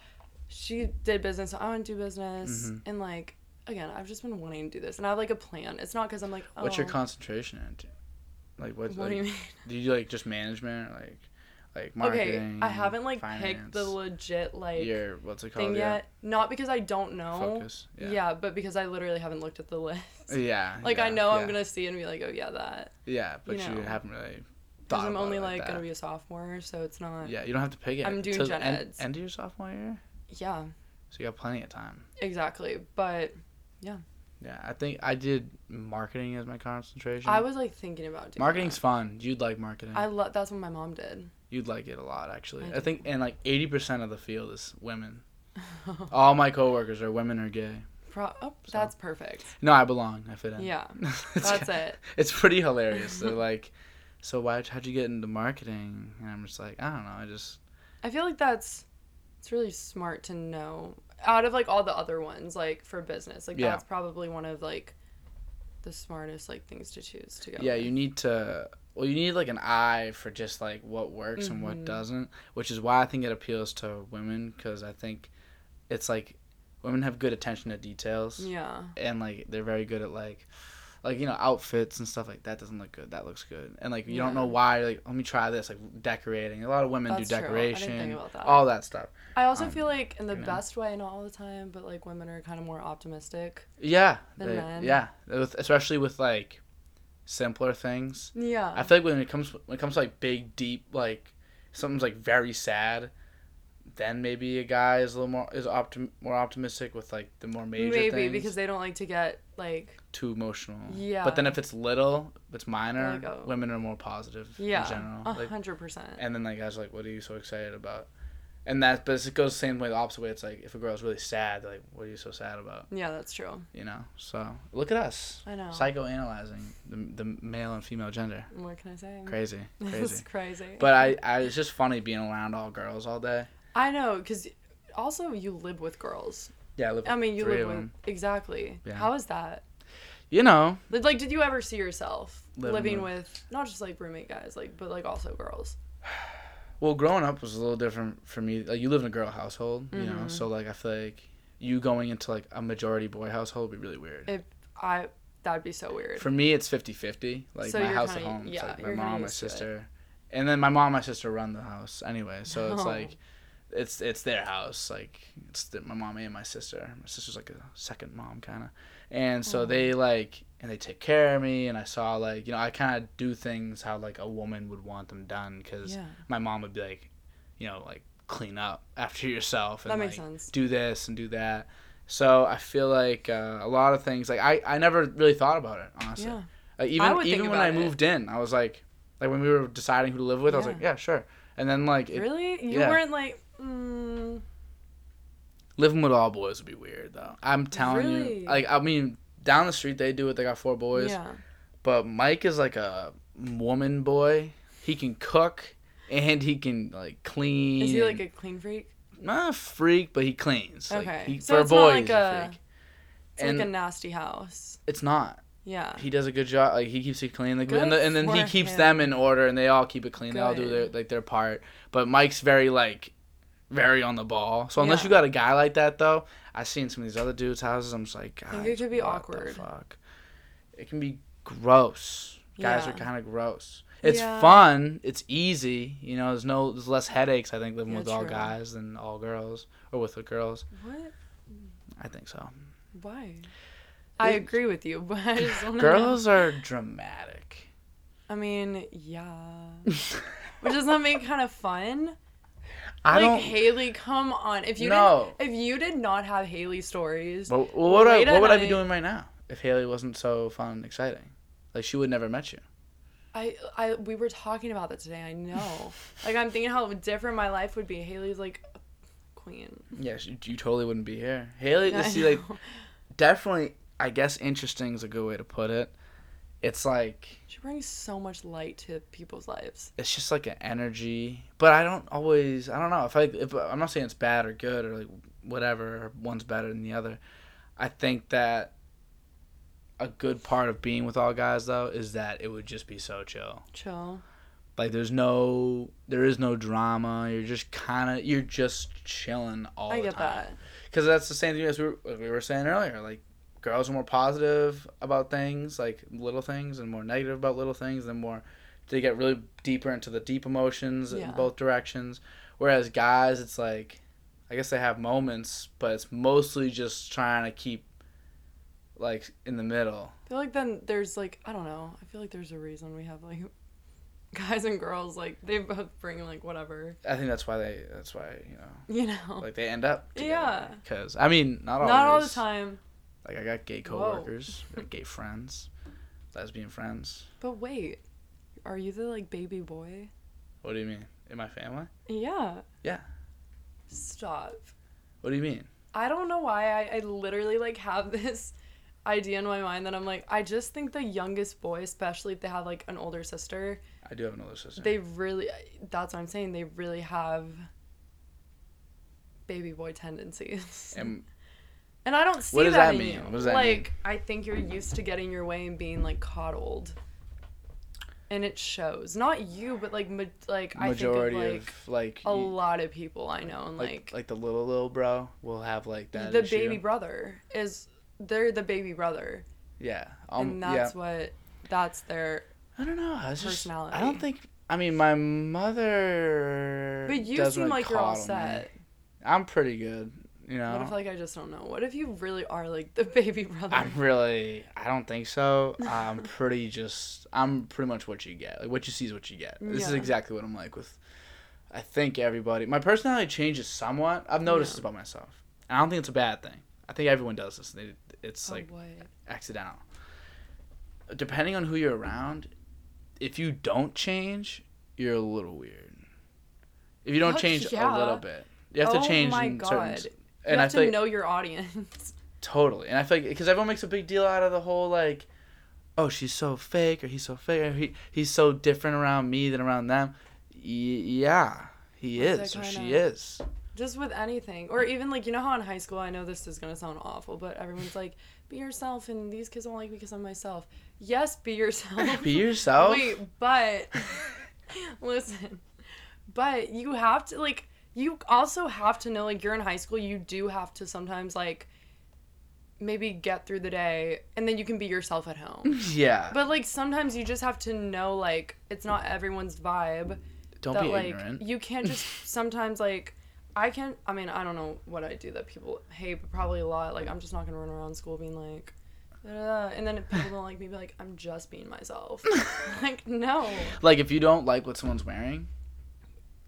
Speaker 2: she did business. I want to do business
Speaker 1: Mhm.
Speaker 2: and like again I've just been wanting to do this and I have like a plan. It's not because I'm like oh,
Speaker 1: What's your concentration into? Like what?
Speaker 2: What
Speaker 1: like,
Speaker 2: do you mean?
Speaker 1: do you like just management, like, like
Speaker 2: Okay,
Speaker 1: marketing?
Speaker 2: I haven't like picked
Speaker 1: finance,
Speaker 2: the legit like
Speaker 1: your what's it called?
Speaker 2: thing
Speaker 1: Yeah.
Speaker 2: yet. Not because I don't know.
Speaker 1: Focus.
Speaker 2: Yeah.
Speaker 1: Yeah. Yeah.
Speaker 2: but because I literally haven't looked at the list.
Speaker 1: yeah
Speaker 2: Like I know
Speaker 1: yeah,
Speaker 2: I'm gonna see it and be like, oh yeah, that.
Speaker 1: Yeah, but
Speaker 2: you
Speaker 1: you,
Speaker 2: know,
Speaker 1: haven't really.
Speaker 2: Because
Speaker 1: Thought
Speaker 2: I'm
Speaker 1: about
Speaker 2: only
Speaker 1: it
Speaker 2: like,
Speaker 1: like, that.
Speaker 2: gonna be a sophomore, so it's not.
Speaker 1: Yeah, you don't have to pick it.
Speaker 2: I'm doing
Speaker 1: till the
Speaker 2: gen
Speaker 1: end,
Speaker 2: eds.
Speaker 1: end of your sophomore year,
Speaker 2: Yeah,
Speaker 1: so you got plenty of time.
Speaker 2: exactly. But
Speaker 1: Yeah, I think I did marketing as my concentration.
Speaker 2: I was like thinking about doing
Speaker 1: Marketing's
Speaker 2: That.
Speaker 1: fun. You'd like marketing.
Speaker 2: I love. That's what my mom did.
Speaker 1: You'd like it a lot, actually.
Speaker 2: I
Speaker 1: I,
Speaker 2: do.
Speaker 1: think, and like eighty percent of the field is women. All my coworkers are women or gay.
Speaker 2: Pro- oh, that's perfect.
Speaker 1: No, I belong. I fit in.
Speaker 2: Yeah,
Speaker 1: It's-
Speaker 2: that's it.
Speaker 1: It's pretty hilarious. They're like, "So why? How'd you get into marketing?" And I'm just like, I don't know. I just
Speaker 2: I feel like that's. It's really smart to know out of like all the other ones, like for business, like
Speaker 1: Yeah.
Speaker 2: that's probably one of like the smartest like things to choose to go.
Speaker 1: yeah.
Speaker 2: with.
Speaker 1: You need to. Well, you need like an eye for just like what works and
Speaker 2: Mhm.
Speaker 1: what doesn't, which is why I think it appeals to women because I think it's like women have good attention to details.
Speaker 2: Yeah.
Speaker 1: and like they're very good at like like you know outfits and stuff like that doesn't look good that looks good and like you don't know
Speaker 2: Yeah.
Speaker 1: why like let me try this like decorating a lot of women
Speaker 2: That's
Speaker 1: do
Speaker 2: true. I didn't think
Speaker 1: decoration
Speaker 2: about that.
Speaker 1: all that stuff
Speaker 2: I also
Speaker 1: Um,
Speaker 2: feel like in the
Speaker 1: you know.
Speaker 2: best way, not all the time, but like women are kind of more optimistic.
Speaker 1: yeah
Speaker 2: Than
Speaker 1: they-
Speaker 2: men.
Speaker 1: yeah with, especially with like simpler things
Speaker 2: Yeah.
Speaker 1: i feel like when it comes when it comes to like big deep like something's like very sad then maybe a guy is a little more is optim- more optimistic with like the more major
Speaker 2: Maybe
Speaker 1: things
Speaker 2: because they don't like to get like
Speaker 1: too emotional
Speaker 2: Yeah.
Speaker 1: but then if it's little if it's minor
Speaker 2: Like, oh.
Speaker 1: women are more positive
Speaker 2: yeah, Uh-huh.
Speaker 1: in general
Speaker 2: a
Speaker 1: Like,
Speaker 2: hundred percent.
Speaker 1: And then like I was like, what are you so excited about? And that, but it goes the same way, the opposite way. It's like if a girl's really sad, they're like, what are you so sad about?
Speaker 2: Yeah, that's true.
Speaker 1: You know. So look at us,
Speaker 2: I know.
Speaker 1: psychoanalyzing the, the male and female gender.
Speaker 2: what can I say?
Speaker 1: Crazy, crazy.
Speaker 2: It's Mm. crazy.
Speaker 1: but I, I, it's just funny being around all girls all day.
Speaker 2: I know because also you live with girls.
Speaker 1: Yeah, I live with
Speaker 2: I mean, you
Speaker 1: three
Speaker 2: live
Speaker 1: of
Speaker 2: with
Speaker 1: them.
Speaker 2: exactly.
Speaker 1: Yeah.
Speaker 2: How is that?
Speaker 1: You know,
Speaker 2: Like, like, did you ever see yourself living,
Speaker 1: Living
Speaker 2: with... not just like roommate guys, like but like also girls?
Speaker 1: well, growing up was a little different for me. Like you live in a girl household, you know,
Speaker 2: Mhm.
Speaker 1: so like I feel like you going into like a majority boy household would be really weird.
Speaker 2: I that would be so weird.
Speaker 1: For me, it's 50 50. Like
Speaker 2: So
Speaker 1: my
Speaker 2: you're
Speaker 1: house
Speaker 2: kinda-
Speaker 1: at home.
Speaker 2: yeah,
Speaker 1: it's like my
Speaker 2: you're kinda
Speaker 1: mom, my
Speaker 2: used to it.
Speaker 1: sister. And then my mom and my sister run the house anyway. So it's
Speaker 2: No.
Speaker 1: like, it's it's their house. Like, it's the, my mom and my sister. My sister's like a second mom, kind of. And so
Speaker 2: Oh.
Speaker 1: they like, and they take care of me. And I saw, like, you know, I kind of do things how, like, a woman would want them done. Because
Speaker 2: Yeah.
Speaker 1: my mom would be like, you know, like, clean up after yourself. And,
Speaker 2: That makes
Speaker 1: like,
Speaker 2: sense.
Speaker 1: do this and do that. So I feel like uh, a lot of things like I, I never really thought about it honestly.
Speaker 2: Yeah.
Speaker 1: Like, even
Speaker 2: I would think
Speaker 1: even when
Speaker 2: about
Speaker 1: I
Speaker 2: it.
Speaker 1: moved in, I was like like when we were deciding who to live with, I was
Speaker 2: Yeah.
Speaker 1: like yeah sure. And then like it,
Speaker 2: really? You
Speaker 1: yeah.
Speaker 2: weren't like, mm,
Speaker 1: living with all boys would be weird though. I'm telling
Speaker 2: Really?
Speaker 1: you, like I mean down the street they do it. They got four boys,
Speaker 2: yeah.
Speaker 1: but Mike is like a woman boy. He can cook and he can like clean.
Speaker 2: Is he like
Speaker 1: and-
Speaker 2: a clean freak?
Speaker 1: not a freak, but he cleans. Like,
Speaker 2: Okay.
Speaker 1: he-
Speaker 2: So
Speaker 1: for
Speaker 2: it's
Speaker 1: a
Speaker 2: not
Speaker 1: boy,
Speaker 2: like
Speaker 1: he's a
Speaker 2: a-
Speaker 1: freak.
Speaker 2: It's
Speaker 1: and
Speaker 2: like a nasty house.
Speaker 1: it's not.
Speaker 2: Yeah.
Speaker 1: he does a good job. Like he keeps it clean. Like
Speaker 2: Good
Speaker 1: and, the, and then he
Speaker 2: for
Speaker 1: keeps
Speaker 2: him.
Speaker 1: them in order, and they all keep it clean. They all do
Speaker 2: Good.
Speaker 1: their like their part. But Mike's very like, very on the ball. So unless
Speaker 2: Yeah.
Speaker 1: you got a guy like that, though, I've seen some of these other dudes' houses. I'm just like,
Speaker 2: think
Speaker 1: "Guys,
Speaker 2: it could be
Speaker 1: what the
Speaker 2: awkward."
Speaker 1: fuck? It can be gross. Guys
Speaker 2: Yeah.
Speaker 1: are kind of gross. It's
Speaker 2: Yeah.
Speaker 1: fun. It's easy. You know, there's no there's less headaches. I think living
Speaker 2: Yeah,
Speaker 1: with all
Speaker 2: true.
Speaker 1: guys than all girls or with the girls.
Speaker 2: What?
Speaker 1: I think so.
Speaker 2: Why? I
Speaker 1: It-
Speaker 2: agree with you, but I just want to.
Speaker 1: Girls are dramatic.
Speaker 2: I mean, yeah. Which does not make kind of fun.
Speaker 1: I
Speaker 2: like
Speaker 1: don't.
Speaker 2: Haley, come on. If you
Speaker 1: No.
Speaker 2: didn't, if you did not have Haley stories,
Speaker 1: But what would, I,
Speaker 2: Wait a
Speaker 1: what would I be
Speaker 2: minute.
Speaker 1: doing right now if Haley wasn't so fun and exciting? Like, she would never met you.
Speaker 2: I, I, we were talking about that today. I know. like I'm thinking how different my life would be. Haley's like a queen.
Speaker 1: Yeah, she, you totally wouldn't be here. Haley,
Speaker 2: I
Speaker 1: see, like,
Speaker 2: know.
Speaker 1: definitely, I guess interesting is a good way to put it. It's like,
Speaker 2: she brings so much light to people's lives.
Speaker 1: it's just like an energy. But I don't always, I don't know. If I, if, I'm not saying it's bad or good or like whatever, or one's better than the other. I think that a good part of being with all guys, though, is that it would just be so chill.
Speaker 2: Chill.
Speaker 1: Like there's no there is no drama. You're just kind of you're just chilling all
Speaker 2: I
Speaker 1: the
Speaker 2: get
Speaker 1: time.
Speaker 2: that.
Speaker 1: Because that's the same thing as we were, like we were saying earlier. Like girls are more positive about things, like little things, and more negative about little things. And more they get really deeper into the deep emotions
Speaker 2: Yeah.
Speaker 1: in both directions. Whereas guys, it's like I guess they have moments, but it's mostly just trying to keep like in the middle.
Speaker 2: I feel like then there's like I don't know. I feel like there's a reason we have like guys and girls like they both bring like whatever
Speaker 1: I think that's why they that's why you know
Speaker 2: you know.
Speaker 1: like they end up
Speaker 2: Oh. Yeah.
Speaker 1: because i mean not always
Speaker 2: Not all the time.
Speaker 1: like i got gay
Speaker 2: Whoa.
Speaker 1: coworkers I got gay friends lesbian friends
Speaker 2: But wait, are you the like baby boy?
Speaker 1: what do you mean in my family
Speaker 2: Yeah.
Speaker 1: Yeah.
Speaker 2: Stop.
Speaker 1: what do you mean
Speaker 2: I don't know why I, I literally like have this idea in my mind that I'm like I just think the youngest boy, especially if they have like an older sister,
Speaker 1: i do have an older sister
Speaker 2: they really that's what I'm saying. They really have baby boy tendencies.
Speaker 1: and
Speaker 2: And I don't see
Speaker 1: What does
Speaker 2: that,
Speaker 1: that
Speaker 2: in
Speaker 1: mean?
Speaker 2: you.
Speaker 1: What does that
Speaker 2: like,
Speaker 1: mean?
Speaker 2: I think you're used to getting your way and being like coddled, and it shows. Not you, but like ma- like
Speaker 1: majority
Speaker 2: I think of like
Speaker 1: of like
Speaker 2: a
Speaker 1: you-
Speaker 2: lot of people I know, and
Speaker 1: like,
Speaker 2: like,
Speaker 1: like the little little bro will have like that
Speaker 2: the
Speaker 1: issue.
Speaker 2: baby brother is they're the baby brother,
Speaker 1: yeah um
Speaker 2: and that's
Speaker 1: yeah
Speaker 2: what that's their.
Speaker 1: i don't know i was just i
Speaker 2: personality.
Speaker 1: don't think i mean my mother
Speaker 2: But you
Speaker 1: doesn't
Speaker 2: seem
Speaker 1: really
Speaker 2: like you're all
Speaker 1: coddle me.
Speaker 2: set.
Speaker 1: i'm pretty good you know
Speaker 2: What if like I just don't know? What if you really are like the baby brother?
Speaker 1: I'm really. I don't think so. I'm pretty just. I'm pretty much what you get. Like what you see is what you get. This is
Speaker 2: Yeah.
Speaker 1: exactly what I'm like with. I think everybody. My personality changes somewhat. I've noticed this about myself. And I don't think it's a bad thing. I think everyone does this. They, it's
Speaker 2: Oh,
Speaker 1: like
Speaker 2: what?
Speaker 1: accidental. Depending on who you're around, if you don't change, you're a little weird. If you don't
Speaker 2: Fuck
Speaker 1: change
Speaker 2: yeah.
Speaker 1: a little bit, you have
Speaker 2: Oh
Speaker 1: to change
Speaker 2: my
Speaker 1: in
Speaker 2: God.
Speaker 1: certain. s-
Speaker 2: You
Speaker 1: And
Speaker 2: you
Speaker 1: I
Speaker 2: have
Speaker 1: feel
Speaker 2: to
Speaker 1: like-
Speaker 2: know your audience.
Speaker 1: Totally, and I feel like because everyone makes a big deal out of the whole like, oh she's so fake or he's so fake or he he's so different around me than around them. Y- yeah, he
Speaker 2: Like
Speaker 1: is
Speaker 2: that
Speaker 1: or she
Speaker 2: kinda-
Speaker 1: is.
Speaker 2: just with anything or even like you know how in high school i know this is going to sound awful but everyone's like be yourself and these kids don't like me because i'm myself yes be yourself
Speaker 1: Be yourself.
Speaker 2: wait but listen but you have to like you also have to know like you're in high school you do have to sometimes like maybe get through the day and then you can be yourself at home.
Speaker 1: yeah.
Speaker 2: But like sometimes you just have to know like it's not everyone's vibe.
Speaker 1: Don't
Speaker 2: that
Speaker 1: be
Speaker 2: like
Speaker 1: ignorant.
Speaker 2: you can't just sometimes like I can't I mean I don't know what I do that people hate but probably a lot like I'm just not gonna run around school being like "Ugh," and then if people don't like me be like I'm just being myself like no
Speaker 1: like if you don't like what someone's wearing,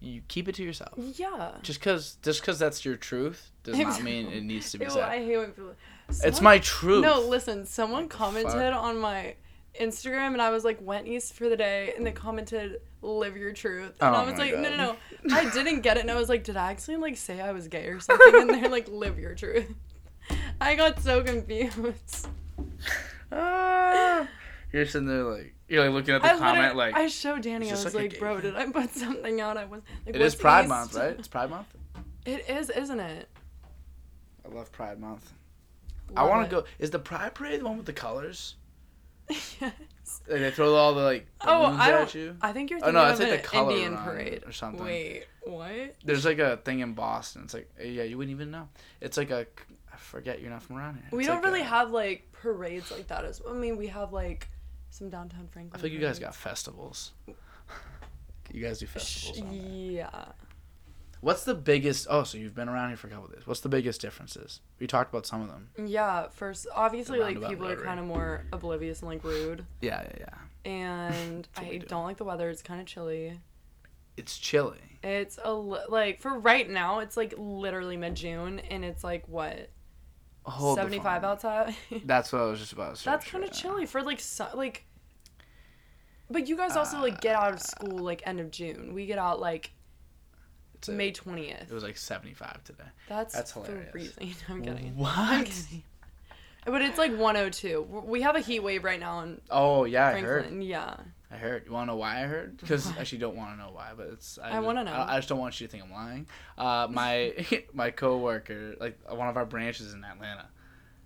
Speaker 1: you keep it to yourself.
Speaker 2: yeah
Speaker 1: Just cause just cause that's your truth does not mean it needs to be
Speaker 2: Ew,
Speaker 1: said.
Speaker 2: I hate when people
Speaker 1: it's
Speaker 2: Someone-
Speaker 1: my truth.
Speaker 2: no listen someone commented
Speaker 1: fuck?
Speaker 2: on my Instagram and I was like went east for the day and they commented live your truth and
Speaker 1: Oh
Speaker 2: I was
Speaker 1: my
Speaker 2: like no no
Speaker 1: God.
Speaker 2: no I didn't get it, and I was like, did I actually like say I was gay or something? And they're like, live your truth. I got so confused.
Speaker 1: Ah. you're sitting there like you're like looking at the
Speaker 2: I
Speaker 1: comment
Speaker 2: literally-
Speaker 1: like
Speaker 2: I showed Danny.
Speaker 1: is
Speaker 2: I
Speaker 1: this,
Speaker 2: was
Speaker 1: like, a
Speaker 2: like,
Speaker 1: gay
Speaker 2: bro,
Speaker 1: thing?"
Speaker 2: did I put something out? I was.
Speaker 1: it
Speaker 2: Like,
Speaker 1: is
Speaker 2: what's
Speaker 1: Pride
Speaker 2: East?"
Speaker 1: Month, right? It's Pride Month.
Speaker 2: It is, isn't it?
Speaker 1: I love Pride Month. I want to go. Is the Pride Parade the one with the colors?
Speaker 2: go. yes.
Speaker 1: Like they throw all the like
Speaker 2: Oh,
Speaker 1: balloons
Speaker 2: I
Speaker 1: at
Speaker 2: don't.
Speaker 1: you.
Speaker 2: I think you're
Speaker 1: Oh,
Speaker 2: thinking
Speaker 1: no,
Speaker 2: of
Speaker 1: it's like
Speaker 2: an
Speaker 1: the color
Speaker 2: Indian
Speaker 1: run
Speaker 2: parade
Speaker 1: or something.
Speaker 2: Wait, what?
Speaker 1: There's like a thing in Boston. It's like eh, yeah, you wouldn't even know. It's like a I forget you're not from around here.
Speaker 2: We
Speaker 1: It's
Speaker 2: don't
Speaker 1: like
Speaker 2: really
Speaker 1: a-
Speaker 2: have like parades like that. As I mean, we have like some downtown
Speaker 1: I
Speaker 2: Franklin.
Speaker 1: feel like you guys got
Speaker 2: parades.
Speaker 1: festivals. You guys do
Speaker 2: Sh-
Speaker 1: festivals. down there.
Speaker 2: Yeah.
Speaker 1: What's the biggest? Oh, so you've been around here for a couple of days. What's the biggest differences? We talked about some of them.
Speaker 2: Yeah, first obviously
Speaker 1: The
Speaker 2: like
Speaker 1: roundabout
Speaker 2: people are
Speaker 1: rotary.
Speaker 2: kind of more oblivious and like rude,
Speaker 1: Yeah, yeah, yeah.
Speaker 2: and
Speaker 1: what we
Speaker 2: I
Speaker 1: do.
Speaker 2: don't like the weather. It's kind of chilly.
Speaker 1: It's chilly.
Speaker 2: It's a li- like for right now, it's like literally mid June, and it's like what
Speaker 1: Hold the
Speaker 2: seventy five
Speaker 1: phone.
Speaker 2: outside.
Speaker 1: That's what I was just about to say.
Speaker 2: That's kind of chilly for like su- like. But you guys also
Speaker 1: Uh,
Speaker 2: like get out of school like end of June. We get out like
Speaker 1: It's a-
Speaker 2: May
Speaker 1: It
Speaker 2: twentieth.
Speaker 1: was like 75 today.
Speaker 2: That's
Speaker 1: that's
Speaker 2: that's
Speaker 1: hilarious. Mm-hmm.
Speaker 2: freezing. I'm kidding. I'm
Speaker 1: What?
Speaker 2: kidding. But it's like 102. W- We have a heat wave right now in
Speaker 1: Oh yeah, I heard.
Speaker 2: Franklin. Yeah.
Speaker 1: I heard. You want to know why I heard? Because
Speaker 2: Why?
Speaker 1: I actually don't want to know why, but it's.
Speaker 2: I
Speaker 1: just-
Speaker 2: wanna know.
Speaker 1: I, I just don't want you to think I'm lying. Uh, my my coworker, like one of our branches in Atlanta.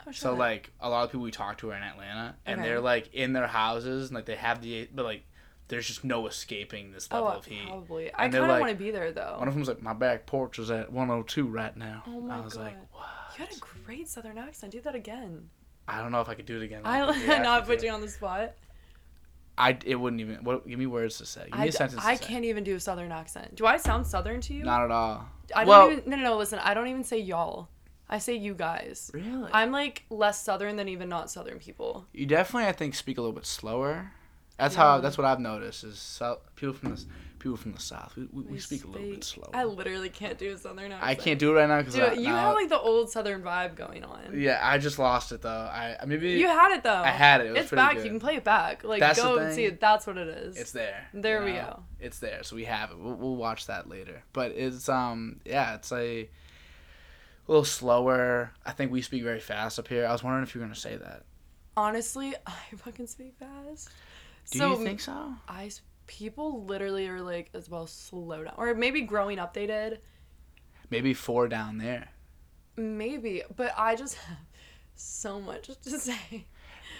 Speaker 2: Oh,
Speaker 1: So
Speaker 2: shit.
Speaker 1: like a lot of people we talk to are in Atlanta, and
Speaker 2: Okay.
Speaker 1: they're like in their houses, and like they have the, but like there's just no escaping this level
Speaker 2: uh,
Speaker 1: of heat.
Speaker 2: Probably. Oh, I
Speaker 1: And they're
Speaker 2: kind of
Speaker 1: like-
Speaker 2: want to be there though.
Speaker 1: One of them's like, my back porch is at 102 right now.
Speaker 2: Oh my
Speaker 1: I was like,
Speaker 2: God.
Speaker 1: what?
Speaker 2: you had a great southern accent. Do that again.
Speaker 1: I don't know if I could do it again.
Speaker 2: I
Speaker 1: don't think I
Speaker 2: not
Speaker 1: actually
Speaker 2: put you
Speaker 1: could.
Speaker 2: on the spot.
Speaker 1: I it wouldn't even. What? Give me words to say. Give me
Speaker 2: I,
Speaker 1: a sentence.
Speaker 2: I
Speaker 1: to say.
Speaker 2: can't even do a southern accent. Do I sound southern to you?
Speaker 1: Not at all.
Speaker 2: I don't
Speaker 1: well-
Speaker 2: even. No, no, no. Listen, I don't even say y'all. I say you guys.
Speaker 1: Really?
Speaker 2: I'm like less southern than even not southern people.
Speaker 1: you definitely, I think, speak a little bit slower. That's how.
Speaker 2: Yeah.
Speaker 1: That's what I've noticed is so, people from the people from the south. We, we, we
Speaker 2: We
Speaker 1: speak, a little bit
Speaker 2: speak-
Speaker 1: slower.
Speaker 2: I literally can't do a southern accent.
Speaker 1: I can't do it right now because
Speaker 2: do it. You
Speaker 1: now,
Speaker 2: have like the old southern vibe going on.
Speaker 1: Yeah, I just lost it though. I I- maybe
Speaker 2: You had it though.
Speaker 1: I had it. It was
Speaker 2: it's
Speaker 1: pretty
Speaker 2: back.
Speaker 1: good.
Speaker 2: You can play it back. Like
Speaker 1: That's the
Speaker 2: go and
Speaker 1: thing.
Speaker 2: see it. That's what it is.
Speaker 1: it's there.
Speaker 2: There
Speaker 1: you
Speaker 2: we
Speaker 1: know?
Speaker 2: go.
Speaker 1: It's there. So we have it. We'll, we'll watch that later. But it's um yeah, it's a little slower. I think we speak very fast up here. I was wondering if you were gonna say that.
Speaker 2: Honestly, I fucking speak fast.
Speaker 1: Do
Speaker 2: so
Speaker 1: you think so?
Speaker 2: I s- people literally are like as well slow down or maybe growing up they did
Speaker 1: Maybe four down there.
Speaker 2: maybe but I just have so much to say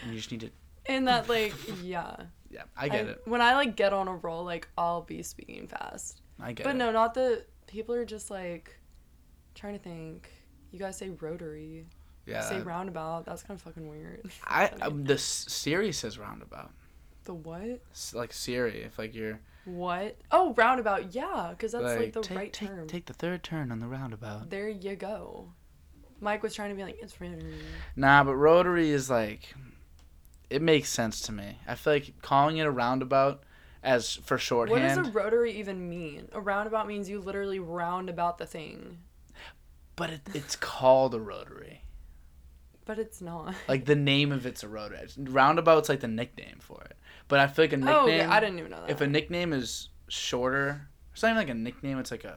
Speaker 1: And you just need to
Speaker 2: and that like yeah
Speaker 1: yeah, I get
Speaker 2: I-
Speaker 1: it.
Speaker 2: when I like get on a roll like I'll be speaking fast
Speaker 1: I get
Speaker 2: but
Speaker 1: it.
Speaker 2: no not the people are just like trying to think you guys say rotary
Speaker 1: yeah,
Speaker 2: say
Speaker 1: that-
Speaker 2: roundabout that's kind of fucking weird
Speaker 1: I, I um, the Siri says roundabout.
Speaker 2: the what
Speaker 1: S- Like Siri, if like you're
Speaker 2: what oh roundabout yeah because that's like, the
Speaker 1: take,
Speaker 2: right
Speaker 1: take,
Speaker 2: term
Speaker 1: Take the third turn on the roundabout.
Speaker 2: There you go. Mike was trying to be like, it's random.
Speaker 1: Nah, but rotary is like, it makes sense to me. I feel like calling it a roundabout as for
Speaker 2: What
Speaker 1: shorthand,
Speaker 2: does a rotary even mean? A roundabout means you literally round about the thing,
Speaker 1: but it, it's called a rotary.
Speaker 2: but it's not.
Speaker 1: Like the name of it's a rotary. It's- Roundabout's like the nickname for it. But I feel like a nickname.
Speaker 2: oh, okay. I didn't even know that.
Speaker 1: If a nickname is shorter, it's not even like a nickname. It's like a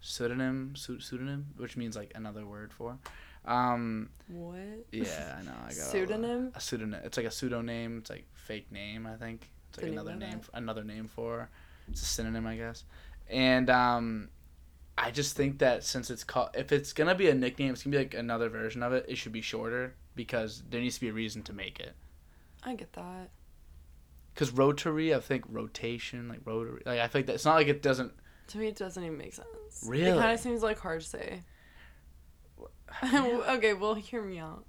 Speaker 1: pseudonym, pseu- pseudonym, which means like another word for. Um,
Speaker 2: what?
Speaker 1: yeah, I know. I got all the-
Speaker 2: Pseudonym?
Speaker 1: a pseudonym. It's like a pseudonym. It's like fake name. I think it's like
Speaker 2: Didn't
Speaker 1: another
Speaker 2: know
Speaker 1: name.
Speaker 2: that.
Speaker 1: f- Another name for. It's a synonym, I guess. And um, I just think that since it's called, if it's gonna be a nickname, it's gonna be like another version of it. It should be shorter because there needs to be a reason to make it.
Speaker 2: I get that.
Speaker 1: Cause rotary, I think rotation, like rotary, like I think that it's not like it doesn't.
Speaker 2: To me, it doesn't even make sense. It
Speaker 1: Really?
Speaker 2: kind of seems like hard to say. okay, well, hear me out.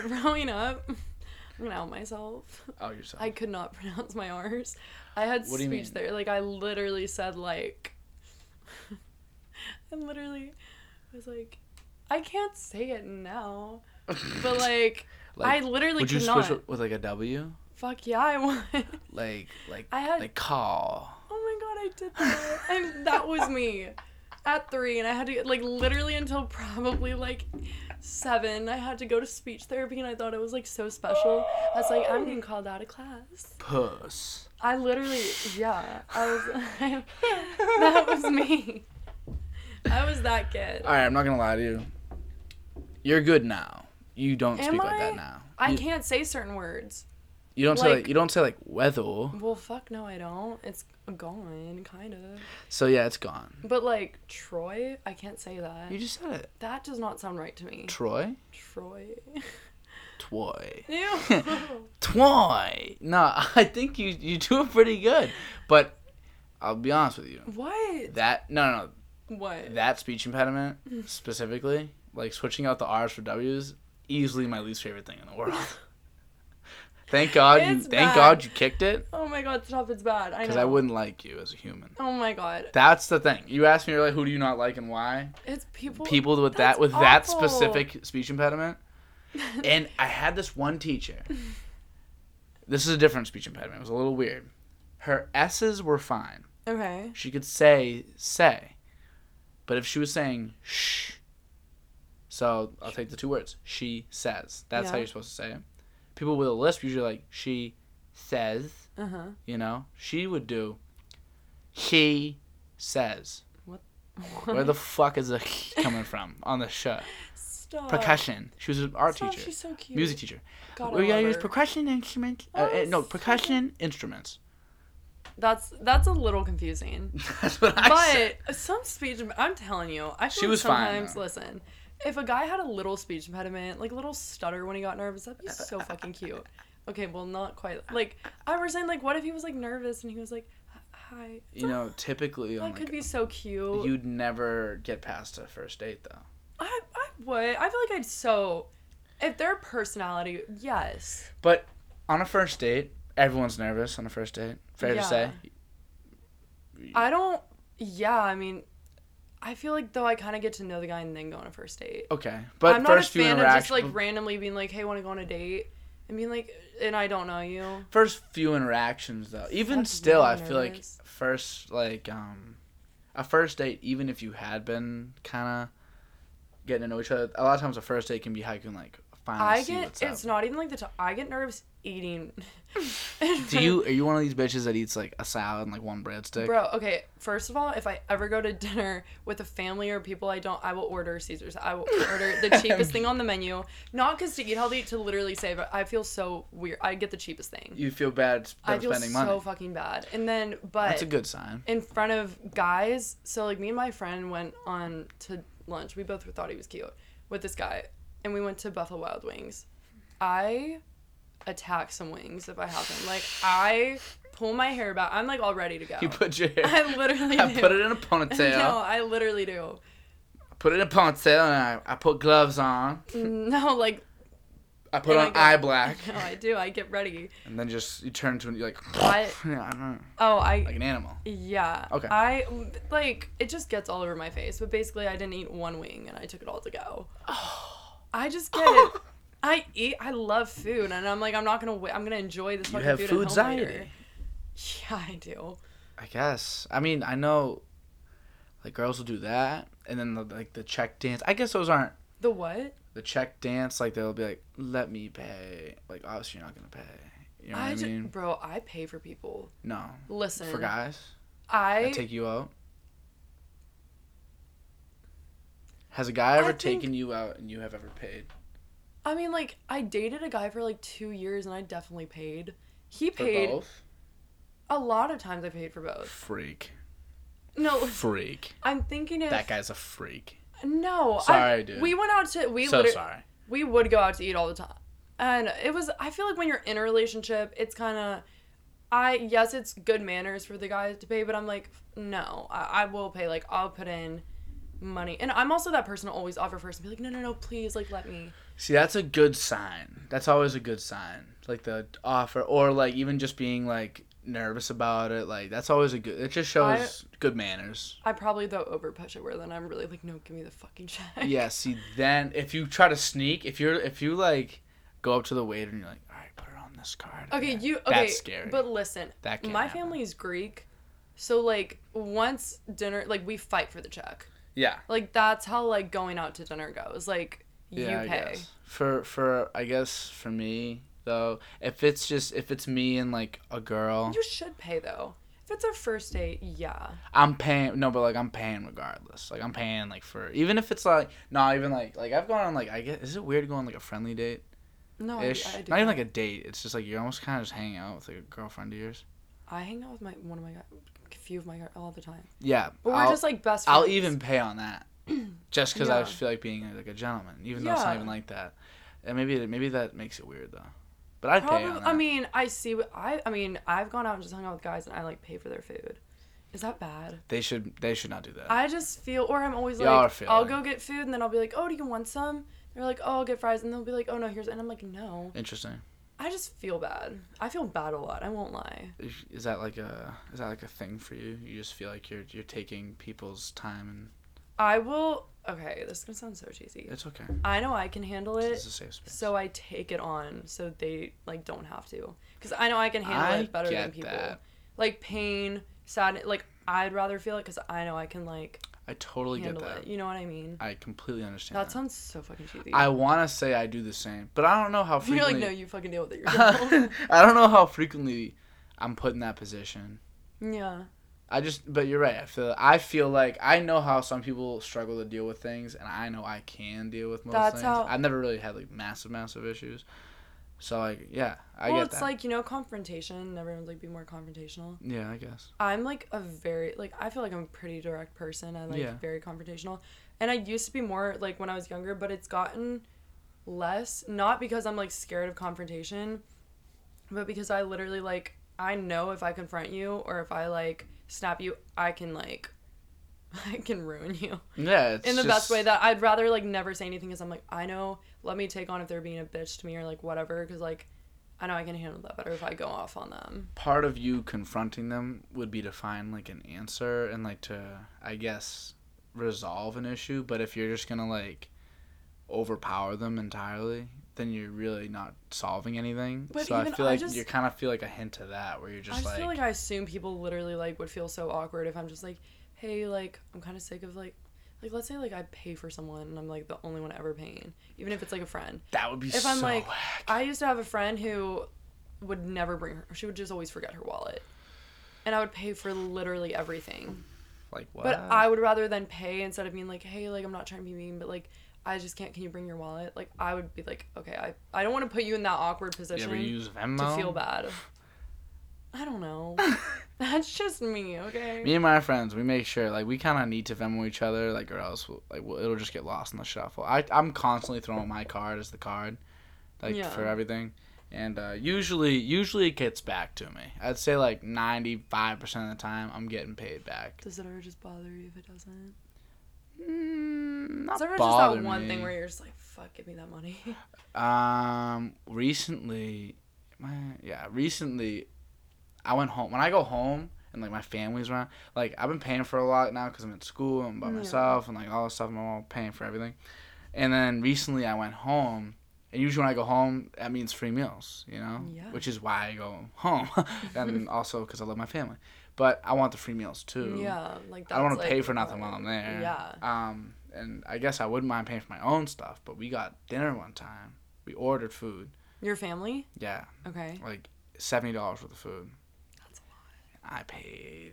Speaker 2: growing up, I'm gonna out myself.
Speaker 1: Oh, yourself.
Speaker 2: I could not pronounce my R's. I had
Speaker 1: What do you
Speaker 2: speech
Speaker 1: mean?
Speaker 2: there. Like I literally said like I literally was like I can't say it now. But like, I literally
Speaker 1: would you
Speaker 2: could
Speaker 1: switch
Speaker 2: not.
Speaker 1: with like a W?
Speaker 2: fuck yeah, I would.
Speaker 1: Like like
Speaker 2: I had-
Speaker 1: like call.
Speaker 2: Oh my god, I did that. and that was me at 3 and I had to like literally until probably like 7 I had to go to speech therapy and I thought it was like so special. I was like I'm getting called out of class.
Speaker 1: Puss.
Speaker 2: I literally, yeah, I was. that was me. I was that kid.
Speaker 1: All right, I'm not gonna lie to you. You're good now. You don't
Speaker 2: Am
Speaker 1: speak like
Speaker 2: I?
Speaker 1: that now.
Speaker 2: I
Speaker 1: you,
Speaker 2: can't say certain words.
Speaker 1: You don't say like,
Speaker 2: like-
Speaker 1: you don't say like weather.
Speaker 2: Well, fuck no, I don't. It's gone, kind of.
Speaker 1: So yeah, it's gone.
Speaker 2: But like Troy, I can't say that.
Speaker 1: You just said it.
Speaker 2: That does not sound right to me.
Speaker 1: Troy.
Speaker 2: Troy.
Speaker 1: Twoy.
Speaker 2: Ew.
Speaker 1: Twoy. No, I think you you doing pretty good. But I'll be honest with you.
Speaker 2: what?
Speaker 1: That no no
Speaker 2: What?
Speaker 1: that speech impediment
Speaker 2: Mm.
Speaker 1: specifically, like switching out the R's for W's, easily my least favorite thing in the world. thank God you
Speaker 2: It's
Speaker 1: thank
Speaker 2: bad.
Speaker 1: God you kicked it
Speaker 2: Oh my god, stop! It's bad. I
Speaker 1: because
Speaker 2: know.
Speaker 1: I wouldn't like you as a human.
Speaker 2: Oh my god,
Speaker 1: That's the thing. You asked me earlier, who do you not like and why?
Speaker 2: it's people.
Speaker 1: People with
Speaker 2: that's
Speaker 1: that with that
Speaker 2: awful.
Speaker 1: specific speech impediment. and I had this one teacher. This is a different speech impediment. It was a little weird. Her S's were fine.
Speaker 2: Okay.
Speaker 1: she could say say but if she was saying shh so i'll take the two words she says that's how
Speaker 2: Yeah.
Speaker 1: you're supposed to say it people with a lisp usually like she says
Speaker 2: Uh huh.
Speaker 1: you know she would do he says where the fuck is the coming from on the show
Speaker 2: Stop.
Speaker 1: percussion she was an art
Speaker 2: Stop,
Speaker 1: teacher
Speaker 2: She's so cute.
Speaker 1: music Oh, teacher
Speaker 2: God, I
Speaker 1: we gotta
Speaker 2: love
Speaker 1: use
Speaker 2: her.
Speaker 1: percussion instruments uh,
Speaker 2: Oh,
Speaker 1: uh, no
Speaker 2: so-
Speaker 1: percussion instruments
Speaker 2: That's that's a little confusing.
Speaker 1: that's what i said
Speaker 2: But some speech, I'm telling you, I feel
Speaker 1: She
Speaker 2: like
Speaker 1: was fine,
Speaker 2: sometimes
Speaker 1: though.
Speaker 2: listen. If a guy had a little speech impediment, like a little stutter when he got nervous, that'd be
Speaker 1: Uh,
Speaker 2: so fucking cute. Okay, well, not quite. Like I was saying, like what if he was like nervous and he was like, "H- "Hi,"
Speaker 1: you know typically
Speaker 2: that
Speaker 1: on like
Speaker 2: could be so cute.
Speaker 1: You'd never get past a first date though.
Speaker 2: I I would. I feel like I'd so. If their personality, yes,
Speaker 1: But on a first date, everyone's nervous on a first date. Fair
Speaker 2: Yeah.
Speaker 1: to say.
Speaker 2: I don't. Yeah, I mean, I feel like though I kind of get to know the guy and then go on a first date.
Speaker 1: Okay. But
Speaker 2: I'm not
Speaker 1: first
Speaker 2: a
Speaker 1: few
Speaker 2: fan of just
Speaker 1: interactions
Speaker 2: like randomly being like, "Hey, want to go on a date?" and being like, "And I don't know you."
Speaker 1: first few interactions though. Even
Speaker 2: That's
Speaker 1: still
Speaker 2: really
Speaker 1: I feel like
Speaker 2: nervous.
Speaker 1: first like um a first date even if you had been kind of getting to know each other, a lot of times a first date can be how you can like finally
Speaker 2: I
Speaker 1: see
Speaker 2: get.
Speaker 1: what's up.
Speaker 2: It's not even like the. T- I get nervous eating.
Speaker 1: Do you are you one of these bitches that eats like a salad and like one breadstick?
Speaker 2: Bro, okay. First of all, if I ever go to dinner with a family or people I don't, I will order Caesars. I will order the cheapest thing on the menu. Not because to eat healthy, to literally save. I feel so weird. I get the cheapest thing.
Speaker 1: You feel bad sp-
Speaker 2: I feel
Speaker 1: spending
Speaker 2: so
Speaker 1: money.
Speaker 2: fucking bad. And then, but
Speaker 1: That's a good sign.
Speaker 2: in front of guys. So like me and my friend went on to lunch. We both thought he was cute with this guy, and we went to Buffalo Wild Wings. I attack some wings if I have them. Like I pull my hair back. I'm like all ready to go.
Speaker 1: You put your hair
Speaker 2: I literally
Speaker 1: I
Speaker 2: do.
Speaker 1: put it in a ponytail.
Speaker 2: No, I literally do.
Speaker 1: put it in a ponytail and I, I put gloves on.
Speaker 2: No, like
Speaker 1: I put
Speaker 2: And I
Speaker 1: on
Speaker 2: go-
Speaker 1: eye black.
Speaker 2: no, I do. I get ready.
Speaker 1: And then just you turn to and you're like
Speaker 2: I-
Speaker 1: yeah, I don't know,
Speaker 2: Oh, I
Speaker 1: like an animal.
Speaker 2: Yeah.
Speaker 1: Okay.
Speaker 2: I like it just gets all over my face, but basically I didn't eat one wing and I took it all to go.
Speaker 1: Oh.
Speaker 2: I just get it. I eat. I love food, and I'm like, I'm not gonna. Wait, I'm gonna enjoy this
Speaker 1: You
Speaker 2: fucking
Speaker 1: have
Speaker 2: food.
Speaker 1: food
Speaker 2: at home later.
Speaker 1: anxiety.
Speaker 2: Yeah, I do.
Speaker 1: I guess. I mean, I know like girls will do that and then the, like the check dance. I guess those aren't
Speaker 2: The what?
Speaker 1: the check dance like they'll be like let me pay. Like obviously you're not going to pay. You know what
Speaker 2: I,
Speaker 1: I,
Speaker 2: ju-
Speaker 1: mean?
Speaker 2: bro, I pay for people.
Speaker 1: no.
Speaker 2: Listen,
Speaker 1: For guys,
Speaker 2: I
Speaker 1: I take you out. Has a guy ever
Speaker 2: I think-
Speaker 1: taken you out and you have ever paid?
Speaker 2: I mean, like, I dated a guy for like two years, and I definitely paid. He
Speaker 1: For
Speaker 2: paid
Speaker 1: both?
Speaker 2: a lot of times. I paid for both.
Speaker 1: Freak.
Speaker 2: No, listen,
Speaker 1: Freak.
Speaker 2: I'm thinking if
Speaker 1: That guy's a freak.
Speaker 2: no. I-
Speaker 1: Sorry, dude.
Speaker 2: We went out to we
Speaker 1: so
Speaker 2: literally.
Speaker 1: sorry.
Speaker 2: we would go out to eat all the time. And it was I feel like when you're in a relationship, it's kind of I yes, it's good manners for the guy to pay, but I'm like no, I, I will pay. Like I'll put in money. And I'm also that person to always offer first and be like, no, no, no, please, like, let me.
Speaker 1: See, that's a good sign. That's always a good sign. Like the offer, or like even just being like nervous about it. Like that's always a good. It just shows good manners.
Speaker 2: I probably though over push it where then I'm really like, no, give me the fucking check.
Speaker 1: Yeah. See, then if you try to sneak, if you're if you like go up to the waiter and you're like, all right, put it on this card.
Speaker 2: Okay,
Speaker 1: Yeah,
Speaker 2: you okay?
Speaker 1: That's scary.
Speaker 2: But listen,
Speaker 1: That can't
Speaker 2: my
Speaker 1: happen.
Speaker 2: family is Greek, so like once dinner, like we fight for the check.
Speaker 1: yeah.
Speaker 2: Like that's how like going out to dinner goes. Like
Speaker 1: Yeah,
Speaker 2: you
Speaker 1: I
Speaker 2: pay.
Speaker 1: guess. For for I guess for me though, if it's just if it's me and like a girl,
Speaker 2: You should pay though. If it's our first date, yeah.
Speaker 1: I'm paying. No, but like I'm paying regardless. Like I'm paying like for even if it's like not even like like I've gone on like I guess is it weird to go on like a friendly date
Speaker 2: No, I,
Speaker 1: ish?
Speaker 2: I do.
Speaker 1: Not even like
Speaker 2: that.
Speaker 1: a date. It's just like you're almost kind of just hanging out with like a girlfriend of yours.
Speaker 2: I hang out with my one of my guy- a few of my guys all the time.
Speaker 1: Yeah,
Speaker 2: But we're
Speaker 1: I'll,
Speaker 2: just like best friends.
Speaker 1: I'll even pay on that just because I
Speaker 2: Yeah.
Speaker 1: just feel like being like a gentleman, even though it's not
Speaker 2: Yeah.
Speaker 1: even like that. And maybe maybe that makes it weird though. But I'd pay
Speaker 2: Probably,
Speaker 1: on that.
Speaker 2: I mean, I see. what- I I mean, I've gone out and just hung out with guys, and I like pay for their food. Is that bad?
Speaker 1: they should they should not do that.
Speaker 2: I just feel, or I'm always
Speaker 1: Y'all are
Speaker 2: like, I'll
Speaker 1: failing.
Speaker 2: go get food, and then I'll be like, oh, do you want some? they're like, oh, I'll get fries, and they'll be like, oh no, here's, and I'm like, no.
Speaker 1: Interesting.
Speaker 2: I just feel bad. I feel bad a lot. I won't lie.
Speaker 1: Is- Is that like a is that like a thing for you? You just feel like you're you're taking people's time and
Speaker 2: I will. Okay, this is gonna sound so cheesy.
Speaker 1: it's okay.
Speaker 2: I know I can handle
Speaker 1: It's
Speaker 2: it,
Speaker 1: a safe space.
Speaker 2: so I take it on, so they like don't have to, because I know I can handle
Speaker 1: I
Speaker 2: it better than
Speaker 1: get
Speaker 2: people.
Speaker 1: that.
Speaker 2: Like pain, sadness, like I'd rather feel it, because I know I can like
Speaker 1: I totally get
Speaker 2: handle
Speaker 1: that.
Speaker 2: it. You know what I mean?
Speaker 1: I completely understand.
Speaker 2: That
Speaker 1: That's
Speaker 2: sounds so fucking cheesy.
Speaker 1: I want to say I do the same, but I don't know how
Speaker 2: You're like,
Speaker 1: frequently.
Speaker 2: no, you fucking deal with it. You're
Speaker 1: I don't know how frequently I'm put in that position.
Speaker 2: yeah.
Speaker 1: I just, but you're right. I feel I feel like I know how some people struggle to deal with things, and I know I can deal with most
Speaker 2: That's
Speaker 1: things.
Speaker 2: how-
Speaker 1: I've never really had like massive, massive issues. So like, yeah, I
Speaker 2: well,
Speaker 1: get
Speaker 2: it's
Speaker 1: that.
Speaker 2: like you know, confrontation. and Everyone's like, be more confrontational.
Speaker 1: yeah, I guess.
Speaker 2: I'm like a very like I feel like I'm a pretty direct person. I like
Speaker 1: Yeah.
Speaker 2: very confrontational, and I used to be more like when I was younger, but it's gotten less. Not because I'm like scared of confrontation, but because I literally like I know if I confront you or if I like snap you, I can like I can ruin you
Speaker 1: Yeah, it's
Speaker 2: in the best
Speaker 1: just-
Speaker 2: way that I'd rather like never say anything because I'm like I know let me take on if they're being a bitch to me or like whatever because like I know I can handle that better if I go off on them.
Speaker 1: part of you confronting them would be to find like an answer and like to i guess resolve an issue but if you're just gonna like overpower them entirely then you're really not solving anything
Speaker 2: But
Speaker 1: so i
Speaker 2: even
Speaker 1: feel
Speaker 2: I
Speaker 1: like
Speaker 2: just-
Speaker 1: you kind of feel like a hint of that where you're just,
Speaker 2: I just
Speaker 1: like,
Speaker 2: feel like I assume people literally like would feel so awkward if I'm just like hey like I'm kind of sick of like like let's say like I pay for someone and I'm like the only one ever paying even if it's like a friend.
Speaker 1: that would be
Speaker 2: If
Speaker 1: so
Speaker 2: I'm like
Speaker 1: whack.
Speaker 2: I used to have a friend who would never bring her she would just always forget her wallet. And I would pay for literally everything.
Speaker 1: like what
Speaker 2: But I would rather than pay instead of being like, hey, like I'm not trying to be mean, but like I just can't. Can you bring your wallet? Like I would be like, okay, I I don't want to put you in that awkward
Speaker 1: you
Speaker 2: position
Speaker 1: ever use
Speaker 2: to
Speaker 1: venmo
Speaker 2: feel bad. I don't know. That's just me, okay.
Speaker 1: me and my friends, we make sure like we kind of need to Venmo each other, like or else we'll, like we'll, it'll just get lost in the shuffle. I I'm constantly throwing my card as the card, like
Speaker 2: Yeah.
Speaker 1: for everything, and uh, usually usually it gets back to me. I'd say like ninety five percent of the time I'm getting paid back.
Speaker 2: Does it ever just bother you if it doesn't?
Speaker 1: Mm, not
Speaker 2: Does it ever just
Speaker 1: bother
Speaker 2: that one
Speaker 1: me.
Speaker 2: thing where you're just like, fuck, give me that money?
Speaker 1: Um, recently, my yeah, recently, I went home. When I go home and like my family's around, like I've been paying for a lot now because I'm at school and by
Speaker 2: Yeah.
Speaker 1: myself and like all this stuff. My mom paying for everything, and then recently I went home. And usually when I go home, that means free meals, you know,
Speaker 2: Yeah.
Speaker 1: which is why I go home, and also because I love my family. But I want the free meals too.
Speaker 2: yeah, like
Speaker 1: I don't want
Speaker 2: that's,
Speaker 1: to pay
Speaker 2: like,
Speaker 1: for nothing
Speaker 2: what-
Speaker 1: while I'm there.
Speaker 2: Yeah.
Speaker 1: Um, and I guess I wouldn't mind paying for my own stuff, but we got dinner one time. We ordered food.
Speaker 2: Your family?
Speaker 1: Yeah,
Speaker 2: Okay.
Speaker 1: like seventy dollars worth of food.
Speaker 2: That's
Speaker 1: I paid,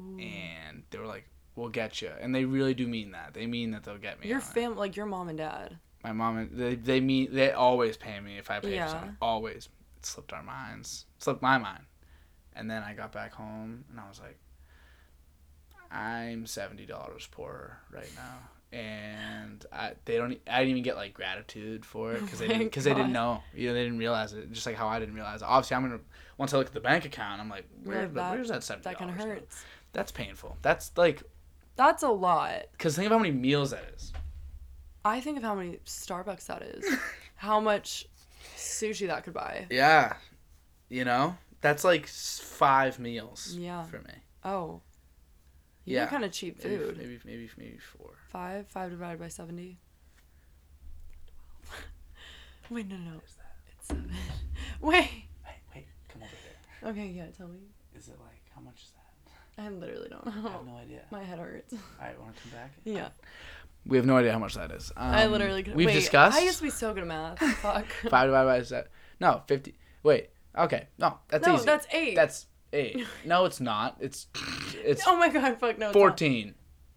Speaker 2: Ooh.
Speaker 1: and they were like, "We'll get you," and they really do mean that. They mean that they'll get me.
Speaker 2: Your
Speaker 1: on it.
Speaker 2: fam, like your mom and dad.
Speaker 1: my mom, and they they mean they always pay me if I pay
Speaker 2: Yeah.
Speaker 1: for something. Always, it slipped our minds, it slipped my mind, and then I got back home and I was like, "I'm seventy dollars poorer right now." And I, they don't. e, I didn't even get like gratitude for it because they
Speaker 2: Oh my
Speaker 1: didn't because they didn't
Speaker 2: God.
Speaker 1: know. You know, they didn't realize it. Just like how I didn't realize. It. Obviously, I'm gonna once I look at the bank account, I'm like,
Speaker 2: You're
Speaker 1: where,
Speaker 2: like, that-
Speaker 1: where's that seventy?
Speaker 2: That kind of hurts.
Speaker 1: That's painful. That's like
Speaker 2: That's a lot.
Speaker 1: Because think of how many meals that is.
Speaker 2: I think of how many Starbucks that is, how much sushi that could buy.
Speaker 1: Yeah. You know? That's like s- five meals
Speaker 2: Yeah.
Speaker 1: for me.
Speaker 2: Oh. You
Speaker 1: Yeah.
Speaker 2: yeah. kind of cheap
Speaker 1: Maybe,
Speaker 2: food.
Speaker 1: maybe maybe maybe four.
Speaker 2: Five, five divided by 70. Wait, no, no, no.
Speaker 1: Is that?
Speaker 2: It's seven. Wait.
Speaker 1: Hey, wait, come over here.
Speaker 2: Okay, yeah, tell me.
Speaker 1: Is it like how much is that?
Speaker 2: I literally don't know.
Speaker 1: no idea.
Speaker 2: My head hurts.
Speaker 1: All right, want to come back?
Speaker 2: Oh. Yeah.
Speaker 1: We have no idea how much that is. Um,
Speaker 2: I literally could
Speaker 1: We've
Speaker 2: wait,
Speaker 1: discussed
Speaker 2: I used to be so good at math. Fuck.
Speaker 1: five divided by seven. No, fifty. Wait. Okay. No, that's
Speaker 2: no,
Speaker 1: easy.
Speaker 2: that's eight.
Speaker 1: That's eight. No, it's not. It's it's
Speaker 2: oh my god, fuck no. it's not.
Speaker 1: fourteen.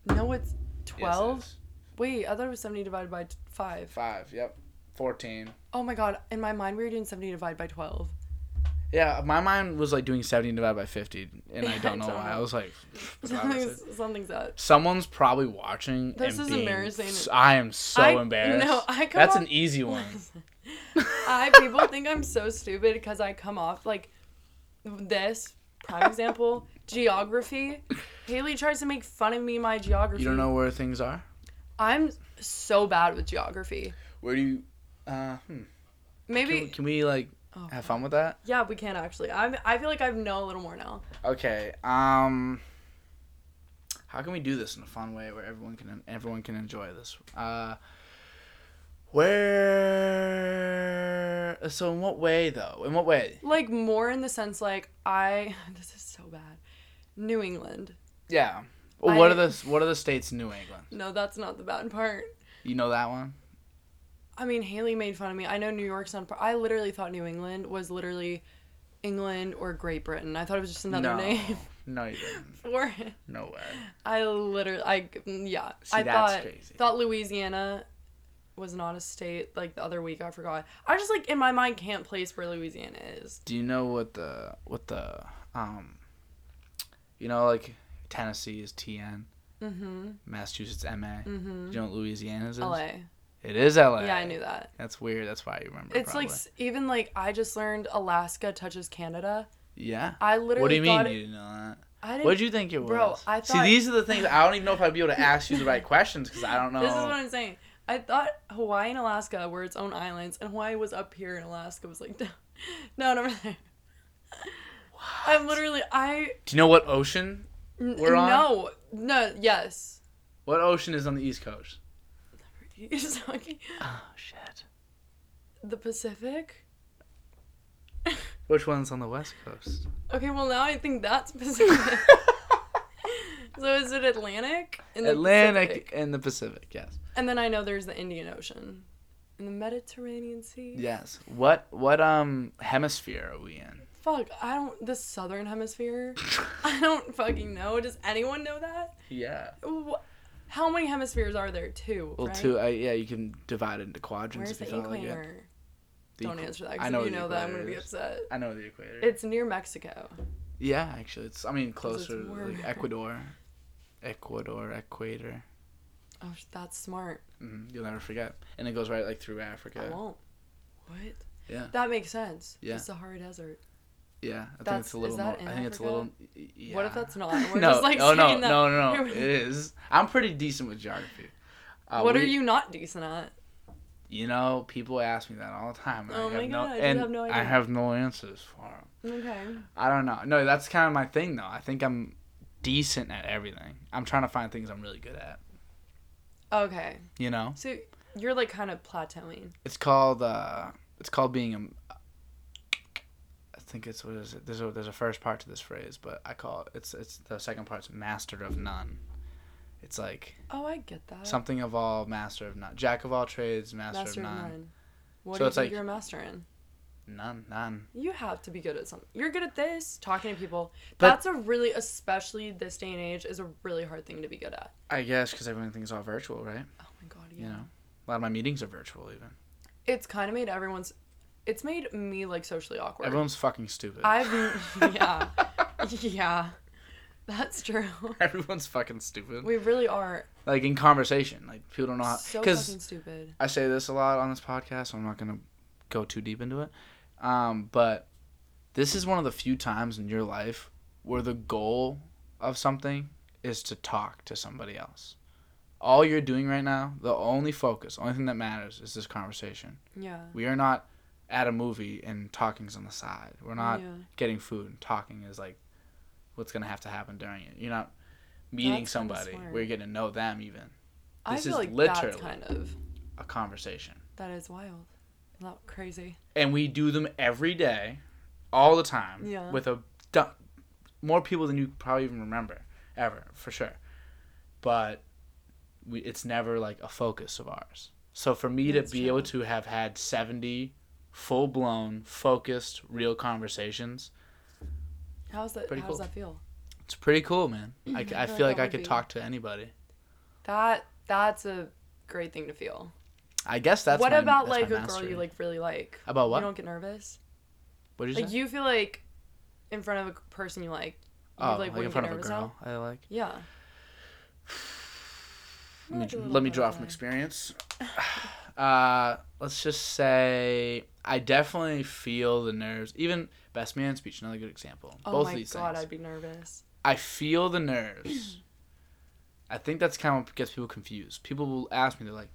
Speaker 2: No, it's twelve.
Speaker 1: Yes,
Speaker 2: Wait, I thought it was seventy divided by t-
Speaker 1: it is.
Speaker 2: five.
Speaker 1: Five. Yep. Fourteen.
Speaker 2: Oh my god, in my mind we were doing seventy divided by twelve.
Speaker 1: Yeah, my mind was like doing seventy divided by fifty, and I
Speaker 2: Yeah,
Speaker 1: don't
Speaker 2: I
Speaker 1: know
Speaker 2: don't
Speaker 1: why.
Speaker 2: know.
Speaker 1: I was like,
Speaker 2: Something's, something's up.
Speaker 1: someone's probably watching.
Speaker 2: This
Speaker 1: and
Speaker 2: is
Speaker 1: being
Speaker 2: embarrassing.
Speaker 1: s- I am so
Speaker 2: I-
Speaker 1: embarrassed.
Speaker 2: no, I come
Speaker 1: That's
Speaker 2: off-
Speaker 1: an easy one.
Speaker 2: I people think I'm so stupid because I come off like this prime example geography. Haley tries to make fun of me my geography.
Speaker 1: You don't know where things are.
Speaker 2: I'm so bad with geography.
Speaker 1: Where do you? Uh, hmm.
Speaker 2: Maybe
Speaker 1: can, can we like
Speaker 2: Oh,
Speaker 1: have fun with that?
Speaker 2: yeah, we can actually. I'm. I feel like I know a little more now.
Speaker 1: Okay. Um. How can we do this in a fun way where everyone can everyone can enjoy this? Uh. Where? So in what way though? In what way?
Speaker 2: Like more in the sense like I. This is so bad. New England.
Speaker 1: Yeah. Well, what
Speaker 2: I-
Speaker 1: are the What are the states in New England?
Speaker 2: No, that's not the bad part.
Speaker 1: You know that one?
Speaker 2: I mean, Haley made fun of me. I know New York's not. par- I literally thought New England was literally England or Great Britain. I thought it was just another
Speaker 1: no.
Speaker 2: name
Speaker 1: No, you didn't.
Speaker 2: for it.
Speaker 1: No way.
Speaker 2: I literally, I mm, yeah.
Speaker 1: See,
Speaker 2: I
Speaker 1: that's
Speaker 2: thought
Speaker 1: crazy.
Speaker 2: thought Louisiana was not a state. Like the other week, I forgot. I just like in my mind can't place where Louisiana is.
Speaker 1: Do you know what the what the um? You know, like Tennessee is TN,
Speaker 2: Mm-hmm.
Speaker 1: Massachusetts MA.
Speaker 2: Mm-hmm.
Speaker 1: Do you know what Louisiana's is?
Speaker 2: LA.
Speaker 1: It is LA.
Speaker 2: Yeah, I knew that.
Speaker 1: That's weird. That's why you remember.
Speaker 2: It's like
Speaker 1: probably.
Speaker 2: s- even like I just learned Alaska touches Canada.
Speaker 1: yeah.
Speaker 2: I literally.
Speaker 1: What do you mean
Speaker 2: thought
Speaker 1: you didn't know that?
Speaker 2: I didn't.
Speaker 1: What did you think it was?
Speaker 2: Bro, I
Speaker 1: See,
Speaker 2: thought-
Speaker 1: these are the things I don't even know if I'd be able to ask you the right questions because I don't know.
Speaker 2: This is what I'm saying. I thought Hawaii and Alaska were its own islands, and Hawaii was up here, and Alaska was like down. No, never there. I'm literally I.
Speaker 1: Do you know what ocean?
Speaker 2: n-
Speaker 1: We're on-
Speaker 2: No, no, yes.
Speaker 1: What ocean is on the east coast?
Speaker 2: He's talking-
Speaker 1: Oh shit.
Speaker 2: the Pacific.
Speaker 1: Which one's on the west coast?
Speaker 2: Okay, well now I think that's Pacific. so is it Atlantic? And the
Speaker 1: Atlantic
Speaker 2: Pacific.
Speaker 1: and the Pacific. Yes.
Speaker 2: And then I know there's the Indian Ocean, and the Mediterranean Sea.
Speaker 1: Yes. What what um hemisphere are we in?
Speaker 2: Fuck, I don't. The Southern Hemisphere. I don't fucking know. Does anyone know that?
Speaker 1: yeah.
Speaker 2: Wh- How many hemispheres are there? Two.
Speaker 1: Well,
Speaker 2: right?
Speaker 1: two. Uh, yeah, you can divide it into quadrants
Speaker 2: Where's
Speaker 1: if
Speaker 2: the
Speaker 1: you feel like it.
Speaker 2: equator?
Speaker 1: The
Speaker 2: Don't
Speaker 1: equ-
Speaker 2: answer that.
Speaker 1: I
Speaker 2: Because
Speaker 1: know
Speaker 2: if
Speaker 1: where
Speaker 2: you
Speaker 1: the
Speaker 2: know that, I'm gonna
Speaker 1: equator
Speaker 2: be
Speaker 1: is.
Speaker 2: upset.
Speaker 1: I know the equator.
Speaker 2: It's near Mexico.
Speaker 1: Yeah, actually, it's. I mean,
Speaker 2: 'Cause it's
Speaker 1: closer to
Speaker 2: warm.
Speaker 1: like Ecuador, Ecuador, Equator.
Speaker 2: Oh, sh- that's smart.
Speaker 1: Mm, you'll never forget. And it goes right like through Africa.
Speaker 2: I won't. What?
Speaker 1: Yeah.
Speaker 2: That makes sense.
Speaker 1: Yeah.
Speaker 2: The Sahara Desert.
Speaker 1: Yeah, I think
Speaker 2: That's-
Speaker 1: it's a little.
Speaker 2: is that
Speaker 1: more,
Speaker 2: in
Speaker 1: I think it's a little.
Speaker 2: Africa?
Speaker 1: y- Yeah.
Speaker 2: What if that's not? We're
Speaker 1: no,
Speaker 2: just like
Speaker 1: oh no,
Speaker 2: saying that.
Speaker 1: no, no,
Speaker 2: Here
Speaker 1: no,
Speaker 2: we-
Speaker 1: It is. I'm pretty decent with geography. Uh,
Speaker 2: what
Speaker 1: we-
Speaker 2: are you not decent at?
Speaker 1: You know, people ask me that all the time. and
Speaker 2: Oh
Speaker 1: I
Speaker 2: my
Speaker 1: have
Speaker 2: God,
Speaker 1: no,
Speaker 2: I do
Speaker 1: and
Speaker 2: have no
Speaker 1: I
Speaker 2: idea.
Speaker 1: have no answers for 'em.
Speaker 2: Okay.
Speaker 1: I don't know. No, that's kind of my thing though. I think I'm decent at everything. I'm trying to find things I'm really good at.
Speaker 2: Okay.
Speaker 1: You know.
Speaker 2: So you're like kind of plateauing.
Speaker 1: It's called uh, it's called being a. I think it's what is it? There's a there's a first part to this phrase, but I call it it's it's the second part's master of none. It's like
Speaker 2: Oh, I get that.
Speaker 1: something of all, master of none, jack of all trades, master,
Speaker 2: master
Speaker 1: of
Speaker 2: of
Speaker 1: none,
Speaker 2: none. What
Speaker 1: So
Speaker 2: do you
Speaker 1: it's
Speaker 2: think
Speaker 1: like-
Speaker 2: you're a master in?
Speaker 1: none, none.
Speaker 2: You have to be good at something. You're good at this, talking to people.
Speaker 1: But-
Speaker 2: That's a really, especially this day and age, is a really hard thing to be good at.
Speaker 1: I guess because everything's all virtual, right?
Speaker 2: Oh my god, yeah.
Speaker 1: You know, a lot of my meetings are virtual. Even
Speaker 2: It's kind of made everyone's. It's made me like socially awkward.
Speaker 1: everyone's fucking stupid.
Speaker 2: I've yeah, yeah, that's true.
Speaker 1: everyone's fucking stupid.
Speaker 2: We really are
Speaker 1: Like in conversation, like people don't know how
Speaker 2: so
Speaker 1: because
Speaker 2: fucking stupid.
Speaker 1: I say this a lot on this podcast, so I'm not gonna go too deep into it. Um, but this is one of the few times in your life where the goal of something is to talk to somebody else. All you're doing right now, the only focus, only thing that matters is this conversation.
Speaker 2: Yeah.
Speaker 1: We are not at a movie and talking's on the side. We're not
Speaker 2: yeah.
Speaker 1: getting food and talking is like what's gonna have to happen during it. You're not meeting
Speaker 2: That's kinda
Speaker 1: somebody
Speaker 2: smart.
Speaker 1: where you're getting to know them even.
Speaker 2: I
Speaker 1: this
Speaker 2: feel
Speaker 1: is
Speaker 2: like
Speaker 1: literally-
Speaker 2: that's kind of
Speaker 1: A conversation.
Speaker 2: that is wild. Not crazy.
Speaker 1: And we do them every day, all the time.
Speaker 2: Yeah.
Speaker 1: With a du- more people than you probably even remember ever, for sure. But we, it's never like a focus of ours. So for me
Speaker 2: That's
Speaker 1: to be
Speaker 2: true.
Speaker 1: able to have had 70 full blown, focused, real conversations
Speaker 2: How's that?
Speaker 1: Pretty
Speaker 2: how
Speaker 1: cool.
Speaker 2: does that feel?
Speaker 1: It's pretty cool, man. I,
Speaker 2: Mhm.
Speaker 1: I
Speaker 2: I feel
Speaker 1: feel like
Speaker 2: like that
Speaker 1: I
Speaker 2: would
Speaker 1: could
Speaker 2: be-
Speaker 1: talk to anybody.
Speaker 2: That that's a great thing to feel.
Speaker 1: I guess that's
Speaker 2: what
Speaker 1: my-
Speaker 2: about
Speaker 1: that's my
Speaker 2: like a girl
Speaker 1: mastery.
Speaker 2: you like really like?
Speaker 1: About what?
Speaker 2: You don't get nervous.
Speaker 1: what did you
Speaker 2: Like
Speaker 1: say?
Speaker 2: you feel like in front of a person you like. You
Speaker 1: oh,
Speaker 2: like,
Speaker 1: like, in
Speaker 2: wouldn't get
Speaker 1: front of a
Speaker 2: nervous
Speaker 1: girl. I like.
Speaker 2: now? Yeah.
Speaker 1: Let me,
Speaker 2: Like a little
Speaker 1: let me draw
Speaker 2: butterfly.
Speaker 1: from experience. Uh, let's just say I definitely feel the nerves. Even best man speech, another good example.
Speaker 2: Oh
Speaker 1: Both
Speaker 2: my
Speaker 1: of these
Speaker 2: god,
Speaker 1: things.
Speaker 2: I'd be nervous.
Speaker 1: I feel the nerves. I think that's kind of what gets people confused. People will ask me, they're like,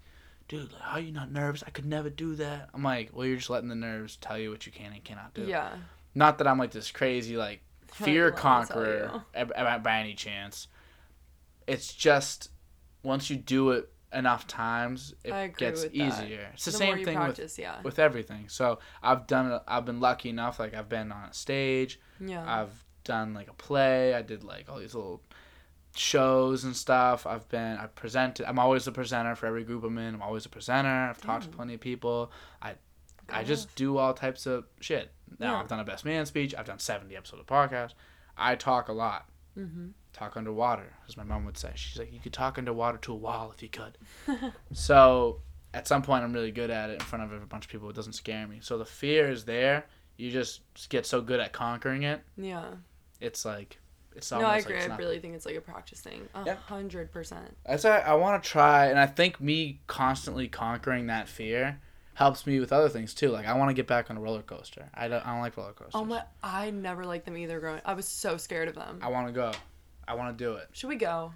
Speaker 1: dude, like, how are you not nervous? I could never do that. I'm like, well, you're just letting the nerves tell you what you can and cannot do.
Speaker 2: Yeah.
Speaker 1: Not that I'm like this crazy, like, fear
Speaker 2: Let me tell
Speaker 1: conqueror
Speaker 2: you.
Speaker 1: ab- ab- by any chance. It's just once you do it enough times, it
Speaker 2: I agree
Speaker 1: gets
Speaker 2: with that.
Speaker 1: easier. It's the,
Speaker 2: the more
Speaker 1: same
Speaker 2: you
Speaker 1: thing with,
Speaker 2: practice, yeah.
Speaker 1: with everything. So I've done it. I've been lucky enough. Like I've been on a stage.
Speaker 2: Yeah.
Speaker 1: I've done like a play. I did like all these little shows and stuff. I've been I presented. I'm always a presenter for every group I'm in. I'm always a presenter. I've talked to
Speaker 2: Damn.
Speaker 1: plenty of people. I I
Speaker 2: Good
Speaker 1: just do all types of shit. Now
Speaker 2: Yeah.
Speaker 1: I've done a best man speech. I've done 70 episodes of podcast. I talk a lot.
Speaker 2: mm-hmm.
Speaker 1: Talk underwater, as my mom would say. She's like, you could talk underwater to a wall if you could. so at some point, I'm really good at it in front of a bunch of people. It doesn't scare me. So the fear is there. You just get so good at conquering it
Speaker 2: yeah.
Speaker 1: it's like it's
Speaker 2: No,
Speaker 1: almost
Speaker 2: I
Speaker 1: like
Speaker 2: agree.
Speaker 1: it's
Speaker 2: I
Speaker 1: not-
Speaker 2: really think it's like a practice thing. A
Speaker 1: Yeah.
Speaker 2: hundred percent.
Speaker 1: that's why I want to try, and I think me constantly conquering that fear helps me with other things too. Like I want to get back on a roller coaster. I don't, I don't like roller coasters.
Speaker 2: Oh my! I never liked them either. Growing, I was so scared of them.
Speaker 1: I want to go. I want to do it.
Speaker 2: Should we go?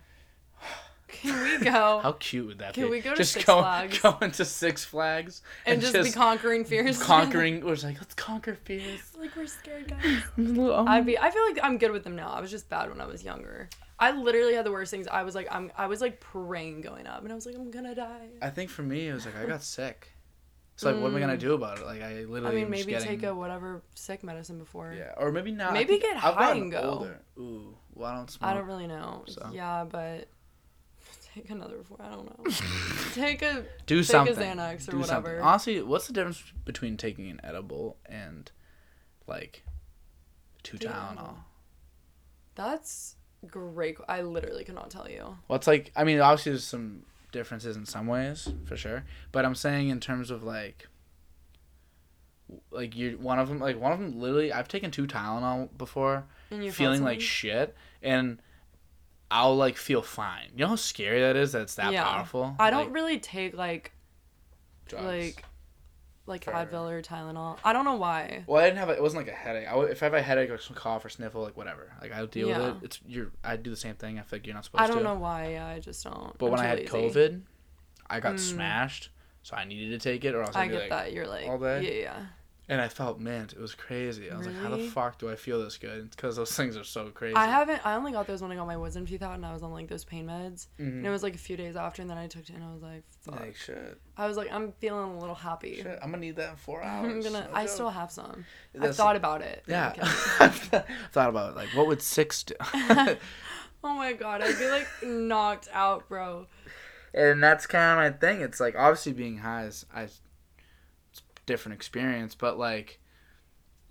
Speaker 2: Can we go
Speaker 1: How cute would that
Speaker 2: Can
Speaker 1: be?
Speaker 2: we go to Six
Speaker 1: go-
Speaker 2: Flags?
Speaker 1: Going to Six Flags
Speaker 2: and just, be conquering fears?
Speaker 1: conquering. We're just like let's conquer fears.
Speaker 2: like we're scared guys.
Speaker 1: Oh,
Speaker 2: I'd be. I feel like I'm good with them now. I was just bad when I was younger. I literally had the worst things. I was like, I'm. I was like praying going up, and I was like, I'm gonna die.
Speaker 1: I think for me it was like I got sick. So like, what am I gonna
Speaker 2: Mm.
Speaker 1: do about it? Like I
Speaker 2: I
Speaker 1: literally.
Speaker 2: mean,
Speaker 1: am just
Speaker 2: maybe
Speaker 1: getting-
Speaker 2: take a whatever sick medicine before.
Speaker 1: Yeah, or maybe not. I
Speaker 2: Maybe
Speaker 1: think
Speaker 2: get
Speaker 1: I've
Speaker 2: high
Speaker 1: gotten
Speaker 2: and go.
Speaker 1: Older. Ooh, well I don't smoke.
Speaker 2: I don't really know.
Speaker 1: So.
Speaker 2: Yeah, but take another before. I don't know. take a.
Speaker 1: do
Speaker 2: Take a
Speaker 1: something.
Speaker 2: Xanax or
Speaker 1: Do something.
Speaker 2: whatever.
Speaker 1: Honestly, what's the difference between taking an edible and like two
Speaker 2: Take an
Speaker 1: Tylenol?
Speaker 2: edible. That's great. I literally cannot tell you.
Speaker 1: Well, it's like I mean, obviously there's some differences in some ways for sure, but I'm saying in terms of like w- like you one of them like one of them literally I've taken two Tylenol before
Speaker 2: And you felt
Speaker 1: feeling like
Speaker 2: something?
Speaker 1: shit and I'll like feel fine. You know how scary that is that's that
Speaker 2: Yeah.
Speaker 1: powerful?
Speaker 2: I don't
Speaker 1: Like,
Speaker 2: really take like
Speaker 1: drugs.
Speaker 2: like like
Speaker 1: For-
Speaker 2: Advil or Tylenol. I don't know why.
Speaker 1: Well, I didn't have. A, it wasn't like a headache. I w if I have a headache or some cough or sniffle, like whatever, like I'll deal with
Speaker 2: Yeah.
Speaker 1: it. It's you're. I do the same thing. I feel like you're not supposed
Speaker 2: I don't
Speaker 1: to.
Speaker 2: know why. Yeah, I just don't.
Speaker 1: But
Speaker 2: I'm
Speaker 1: when I
Speaker 2: too
Speaker 1: had
Speaker 2: lazy.
Speaker 1: COVID, I got
Speaker 2: Mm.
Speaker 1: smashed, so I needed to take it, or else I'd
Speaker 2: I
Speaker 1: be
Speaker 2: get
Speaker 1: like,
Speaker 2: that. You're like
Speaker 1: all day?
Speaker 2: Yeah, yeah.
Speaker 1: and I felt mint. It was crazy. I was like, how the
Speaker 2: Really?
Speaker 1: fuck do I feel this good? Because those things are so crazy.
Speaker 2: I haven't. I only got those when I got my wisdom teeth out, and I was on like those pain meds.
Speaker 1: Mhm.
Speaker 2: And it was like a few days after, and then I took it, and I was like, fuck.
Speaker 1: like shit,
Speaker 2: I was like, I'm feeling a little happy.
Speaker 1: shit. I'm gonna need that in four hours.
Speaker 2: I'm gonna.
Speaker 1: No
Speaker 2: I
Speaker 1: joke.
Speaker 2: still have some. I
Speaker 1: That's-
Speaker 2: thought about it.
Speaker 1: Yeah,
Speaker 2: Okay.
Speaker 1: thought about it. Like, what would six do?
Speaker 2: Oh my god, I'd be like knocked out, bro.
Speaker 1: and that's kind of my thing. It's like obviously being high is I, it's a different experience, but like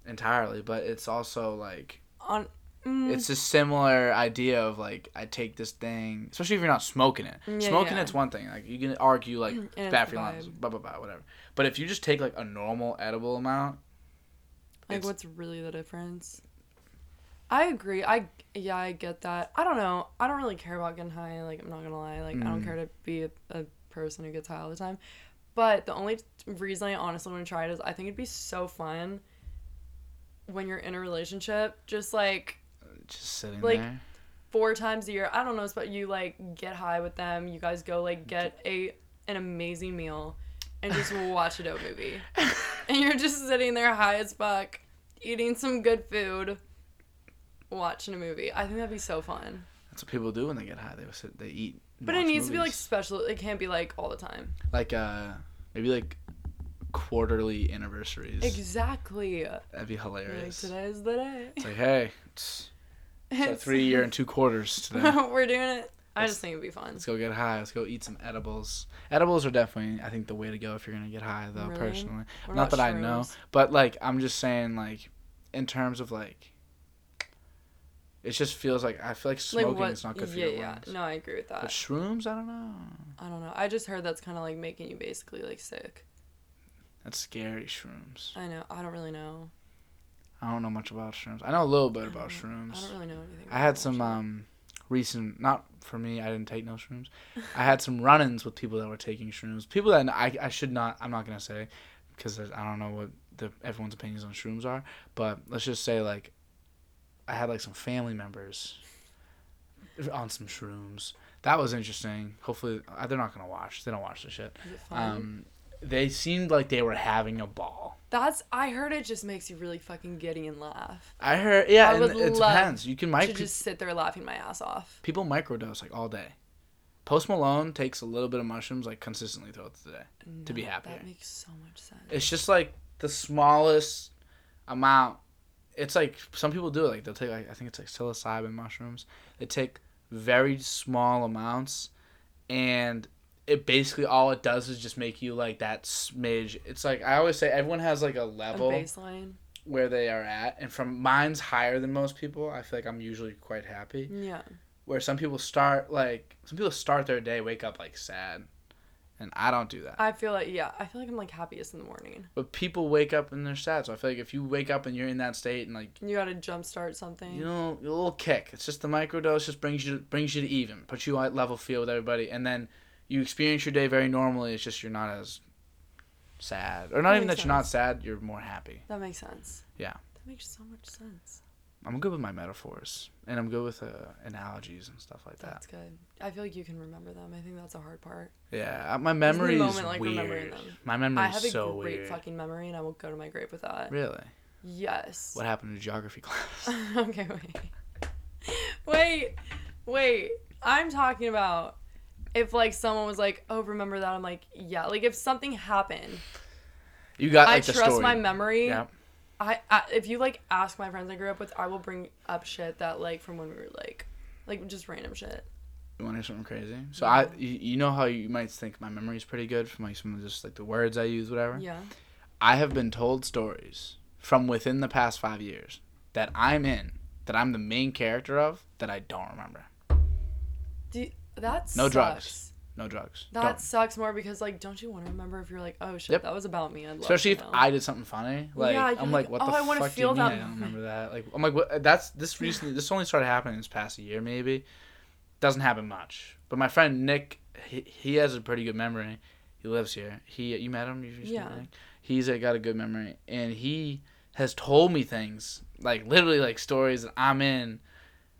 Speaker 1: entirely. But it's also like
Speaker 2: On. Mm,
Speaker 1: it's a similar idea of like I take this thing, especially if you're not smoking it.
Speaker 2: Mm, Yeah,
Speaker 1: smoking
Speaker 2: yeah. Mm,
Speaker 1: it's one thing. Like you can argue like
Speaker 2: And
Speaker 1: it's
Speaker 2: it's
Speaker 1: bad for
Speaker 2: the
Speaker 1: your lungs,
Speaker 2: vibe.
Speaker 1: blah blah blah, whatever. But if you just take like a normal edible amount,
Speaker 2: Like,
Speaker 1: It's-
Speaker 2: what's really the difference? I agree. I yeah, I get that. I don't know. I don't really care about getting high. Like, I'm not gonna lie. Like, I don't
Speaker 1: Mm.
Speaker 2: care to be a, a person who gets high all the time. But the only t- reason I honestly want to try it is I think it'd be so fun when you're in a relationship, just like
Speaker 1: just sitting
Speaker 2: Like,
Speaker 1: there.
Speaker 2: four times a year. I don't know, but you like get high with them. You guys go like get a an amazing meal and just watch a dope movie. And you're just sitting there high as fuck, eating some good food, watching a movie. I think that'd be so fun.
Speaker 1: That's what people do when they get high. They sit, they eat. and
Speaker 2: But it
Speaker 1: watch
Speaker 2: needs to be like
Speaker 1: movies.
Speaker 2: special. It can't be like all the time.
Speaker 1: like uh maybe like quarterly anniversaries.
Speaker 2: Exactly.
Speaker 1: That'd be
Speaker 2: Like,
Speaker 1: hilarious.
Speaker 2: today's the day.
Speaker 1: It's like hey, it's, it's a
Speaker 2: It's-
Speaker 1: three year and two quarters today.
Speaker 2: We're doing it. I
Speaker 1: Let's-
Speaker 2: just think it'd be fun.
Speaker 1: Let's go get high. Let's go eat some edibles. Edibles are definitely, I think, the way to go if you're gonna get high, though.
Speaker 2: Really?
Speaker 1: Personally,
Speaker 2: What
Speaker 1: not
Speaker 2: about
Speaker 1: that I know,
Speaker 2: shrooms?
Speaker 1: but like I'm just saying, like in terms of like, it just feels like I feel like smoking is not good for
Speaker 2: yeah,
Speaker 1: your
Speaker 2: yeah.
Speaker 1: lungs.
Speaker 2: No, uh, I agree with
Speaker 1: But
Speaker 2: that.
Speaker 1: shrooms, I don't know.
Speaker 2: I don't know. I just heard that's kind of like making you basically like sick.
Speaker 1: That's scary shrooms.
Speaker 2: I know. I don't really know.
Speaker 1: I don't know much about shrooms. I know a little bit about
Speaker 2: I
Speaker 1: shrooms.
Speaker 2: don't really know anything.
Speaker 1: I
Speaker 2: about
Speaker 1: had
Speaker 2: that
Speaker 1: some
Speaker 2: shit.
Speaker 1: um recent not for me, I didn't take no shrooms. I had some run-ins with people that were taking shrooms. People that I I should not I'm not going to say because I don't know what the everyone's opinions on shrooms are, but let's just say like I had like some family members on some shrooms. That was interesting. Hopefully uh, they're not going to watch. They don't watch this shit.
Speaker 2: Is it fun?
Speaker 1: Um they seemed like they were having a ball.
Speaker 2: That's I heard it just makes you really fucking giddy and laugh.
Speaker 1: I heard yeah,
Speaker 2: I
Speaker 1: and
Speaker 2: would
Speaker 1: it
Speaker 2: love
Speaker 1: depends. You can
Speaker 2: I
Speaker 1: mic
Speaker 2: should just sit there laughing my ass off.
Speaker 1: People microdose like all day. Post Malone takes a little bit of mushrooms like consistently throughout the day. To be
Speaker 2: No,
Speaker 1: happier.
Speaker 2: That makes so much sense.
Speaker 1: It's just like the smallest amount. It's like some people do it. Like they'll take like I think it's like psilocybin mushrooms. They take very small amounts, and it basically all it does is just make you like that smidge. It's like I always say everyone has like a
Speaker 2: A
Speaker 1: level
Speaker 2: baseline.
Speaker 1: where they are at, and from mine's higher than most people. I feel like I'm usually quite happy
Speaker 2: Yeah.
Speaker 1: where some people start like some people start their day wake up like sad and i don't do that
Speaker 2: I feel like yeah. I feel like I'm like happiest in the morning.
Speaker 1: but people wake up and they're sad so i feel like if you wake up and you're in that state and like
Speaker 2: You gotta jumpstart something.
Speaker 1: you know a little kick it's just the microdose just brings you brings you to even puts you at level field with everybody and then you experience your day very normally it's just you're not as sad or not
Speaker 2: That
Speaker 1: even that
Speaker 2: makes
Speaker 1: you're not sad you're more happy
Speaker 2: That makes sense.
Speaker 1: Yeah.
Speaker 2: That makes so much sense.
Speaker 1: i'm good with my metaphors and i'm good with uh, analogies and stuff like that
Speaker 2: That's good. I feel like you can remember them. I think that's a hard part.
Speaker 1: yeah I- my memory is
Speaker 2: moment, like, remembering
Speaker 1: weird
Speaker 2: them.
Speaker 1: my memory
Speaker 2: I have a
Speaker 1: is so
Speaker 2: great
Speaker 1: weird
Speaker 2: fucking memory, and I will go to my grave with that.
Speaker 1: really
Speaker 2: Yes.
Speaker 1: What happened to geography class?
Speaker 2: okay, wait. Wait, wait. I'm talking about if like someone was like, "Oh, remember that?" I'm like, "Yeah." Like if something happened,
Speaker 1: You got
Speaker 2: I
Speaker 1: like the
Speaker 2: trust
Speaker 1: story.
Speaker 2: my memory.
Speaker 1: Yeah.
Speaker 2: I, I if you like ask my friends I grew up with, I will bring up shit that like from when we were like, like just random shit.
Speaker 1: You want to hear something crazy? So
Speaker 2: Yeah.
Speaker 1: I, you, you know how you might think my memory's pretty good from like some of just like the words I use, whatever.
Speaker 2: Yeah.
Speaker 1: I have been told stories from within the past five years that I'm in, that I'm the main character of, that I don't remember.
Speaker 2: Do that's
Speaker 1: No drugs. No drugs.
Speaker 2: That
Speaker 1: Don't.
Speaker 2: sucks more because like, don't you want to remember if you're like, oh shit,
Speaker 1: Yep.
Speaker 2: that was about me. I'd love
Speaker 1: Especially
Speaker 2: to
Speaker 1: if
Speaker 2: know.
Speaker 1: I did something funny, like
Speaker 2: Yeah, you're
Speaker 1: I'm
Speaker 2: like,
Speaker 1: like, what
Speaker 2: "Oh,
Speaker 1: the
Speaker 2: I wanna
Speaker 1: fuck
Speaker 2: feel
Speaker 1: do you mean
Speaker 2: that
Speaker 1: I don't
Speaker 2: moment."
Speaker 1: remember that? Like I'm like, what? That's this recently. This only started happening this past year, maybe. Doesn't happen much. But my friend Nick, he, he has a pretty good memory. He lives here. He you met him? You used to
Speaker 2: Yeah.
Speaker 1: meet? He's uh, got a good memory, and he has told me things like literally like stories that I'm in.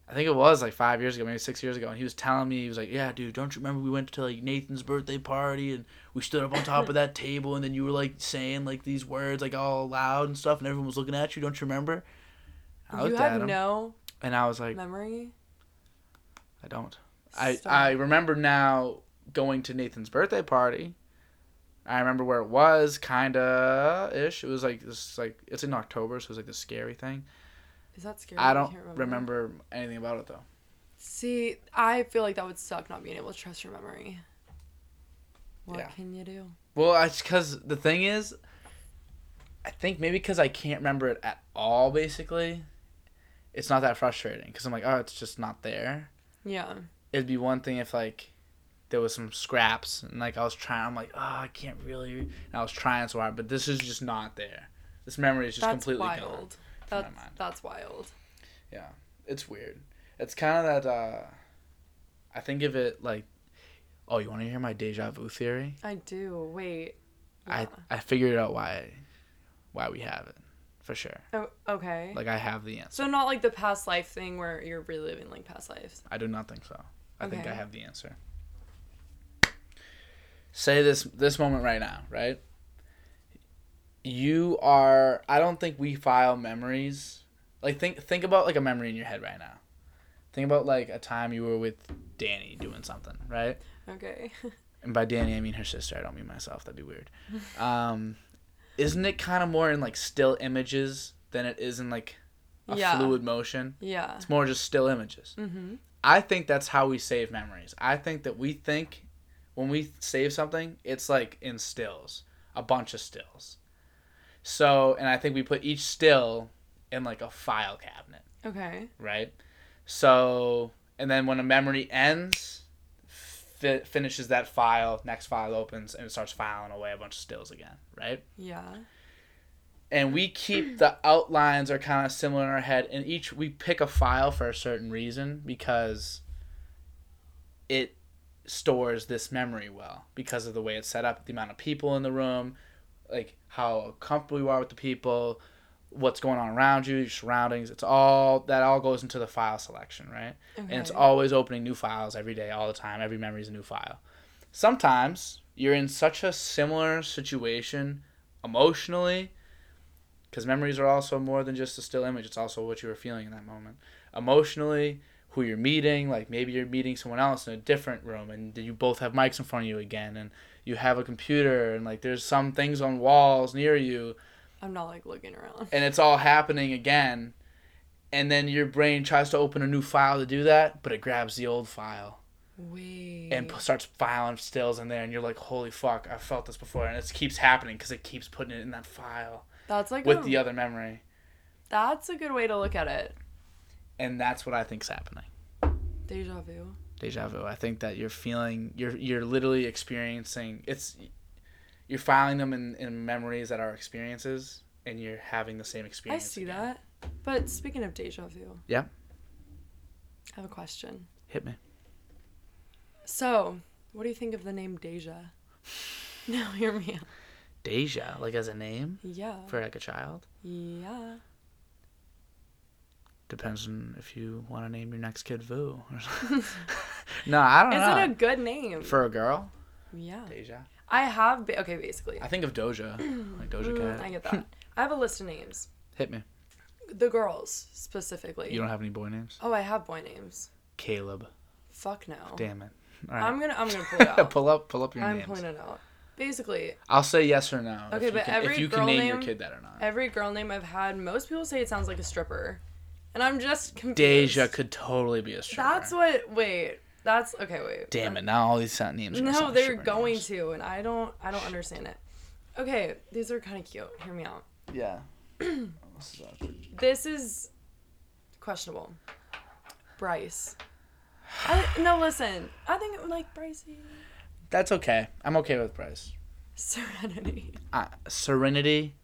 Speaker 1: I think it was like five years ago, maybe six years ago, and he was telling me he was like, "Yeah, dude, don't you remember we went to like Nathan's birthday party and we stood up on top of that table and then you were like saying like these words like all loud and stuff and everyone was looking at you. Don't you remember?" I
Speaker 2: you
Speaker 1: looked at
Speaker 2: have
Speaker 1: him
Speaker 2: no
Speaker 1: and I was like,
Speaker 2: memory.
Speaker 1: "I don't. I
Speaker 2: Stop.
Speaker 1: I remember now going to Nathan's birthday party. I remember where it was, kinda ish. It was like this like it's in October, so it was like this scary thing.
Speaker 2: Is that scary?
Speaker 1: I
Speaker 2: You
Speaker 1: don't
Speaker 2: can't
Speaker 1: remember. anything about it though.
Speaker 2: See, I feel like that would suck not being able to trust your memory. What
Speaker 1: Yeah.
Speaker 2: can you do?
Speaker 1: Well, it's because the thing is, I think maybe because I can't remember it at all. Basically, it's not that frustrating because I'm like, oh, it's just not there.
Speaker 2: Yeah.
Speaker 1: it'd be one thing if like there was some scraps and like I was trying I'm like, oh I can't really and I was trying so hard, but this is just not there. This memory is just
Speaker 2: that's
Speaker 1: completely
Speaker 2: wild.
Speaker 1: gone. my
Speaker 2: That's
Speaker 1: mind.
Speaker 2: that's wild.
Speaker 1: It's weird. It's kinda that uh I think of it like oh, you wanna hear my deja vu theory?
Speaker 2: I do. Wait.
Speaker 1: I
Speaker 2: Yeah.
Speaker 1: I figured out why why we have it. for sure.
Speaker 2: Oh, okay.
Speaker 1: Like I have the answer.
Speaker 2: so not like the past life thing where you're reliving like past lives.
Speaker 1: I do not think so. I think I
Speaker 2: Okay.
Speaker 1: have the answer. Say this this moment right now, right? You are I don't think we file memories. Like think think about like a memory in your head right now. Think about like a time you were with Danny doing something, right?
Speaker 2: Okay.
Speaker 1: and by Danny I mean her sister. I don't mean myself. That'd be weird. Um, isn't it kind of more in like still images than it is in like a
Speaker 2: Yeah.
Speaker 1: fluid motion?
Speaker 2: Yeah.
Speaker 1: It's more just still images.
Speaker 2: Mhm.
Speaker 1: I think that's how we save memories. I think that we think when we save something, it's like in stills, a bunch of stills. So, and I think we put each still in like a file cabinet
Speaker 2: Okay.
Speaker 1: right? So, and then when a memory ends, fi- finishes that file, next file opens, and it starts filing away a bunch of stills again, right?
Speaker 2: Yeah.
Speaker 1: And we keep the outlines are kind of similar in our head, and each we pick a file for a certain reason because it stores this memory well because of the way it's set up, the amount of people in the room, like how comfortable you are with the people, what's going on around you, your surroundings. It's all that all goes into the file selection, right?
Speaker 2: Okay.
Speaker 1: and it's always opening new files every day, all the time. Every memory is a new file. Sometimes you're in such a similar situation emotionally, because memories are also more than just a still image. It's also what you were feeling in that moment. Emotionally, who you're meeting, like maybe you're meeting someone else in a different room, and you both have mics in front of you again, and you have a computer, and like there's some things on walls near you,
Speaker 2: I'm not like looking around.
Speaker 1: and it's all happening again and then your brain tries to open a new file to do that but it grabs the old file
Speaker 2: Wait.
Speaker 1: and p- starts filing stills in there and you're like holy fuck i felt this before and it keeps happening because it keeps putting it in that file
Speaker 2: that's like a,
Speaker 1: with the other memory
Speaker 2: that's a good way to look at it.
Speaker 1: and that's what i think's happening
Speaker 2: Deja vu.
Speaker 1: deja vu i think that you're feeling you're you're literally experiencing it's you're filing them in, in memories that are experiences and you're having the same
Speaker 2: I
Speaker 1: experience
Speaker 2: see
Speaker 1: again.
Speaker 2: that. But speaking of deja vu.
Speaker 1: Yeah.
Speaker 2: I have a question.
Speaker 1: hit me
Speaker 2: So, what do you think of the name Deja? No, hear me out.
Speaker 1: deja like as a name
Speaker 2: Yeah.
Speaker 1: for like a child
Speaker 2: yeah.
Speaker 1: Depends on if you want to name your next kid Vu. no, I don't
Speaker 2: Is
Speaker 1: know.
Speaker 2: it a good name?
Speaker 1: Ah. For a girl,
Speaker 2: yeah.
Speaker 1: Deja.
Speaker 2: I have ba- okay, basically.
Speaker 1: I think of Doja, like Doja
Speaker 2: Mm,
Speaker 1: Cat.
Speaker 2: I get that. I have a list of names.
Speaker 1: Hit me.
Speaker 2: The girls specifically.
Speaker 1: You don't have any boy names?
Speaker 2: oh, I have boy names.
Speaker 1: Caleb.
Speaker 2: Fuck no.
Speaker 1: Damn it. All right.
Speaker 2: Oh. I'm gonna I'm gonna pull it out.
Speaker 1: pull up, pull up your
Speaker 2: I'm
Speaker 1: names.
Speaker 2: pulling it out. Basically,
Speaker 1: I'll say yes or no.
Speaker 2: Okay,
Speaker 1: if you
Speaker 2: but
Speaker 1: can, if
Speaker 2: every
Speaker 1: you can
Speaker 2: girl
Speaker 1: name your
Speaker 2: name-
Speaker 1: kid that or not.
Speaker 2: every girl name I've had, most people say it sounds like a stripper, and I'm just confused.
Speaker 1: Deja could totally be a stripper.
Speaker 2: That's what. Wait. That's okay. Wait.
Speaker 1: Damn it! Now all these sound names. Are gonna
Speaker 2: No,
Speaker 1: sound
Speaker 2: they're
Speaker 1: stripper
Speaker 2: going
Speaker 1: names.
Speaker 2: to, and I don't. I don't understand it. Okay, these are kind of cute. Hear me out.
Speaker 1: Yeah. This is awkward.
Speaker 2: This is questionable. Bryce. I, no, listen. I think it would like Brycey.
Speaker 1: That's okay. I'm okay with Bryce.
Speaker 2: Serenity.
Speaker 1: Uh, Serenity.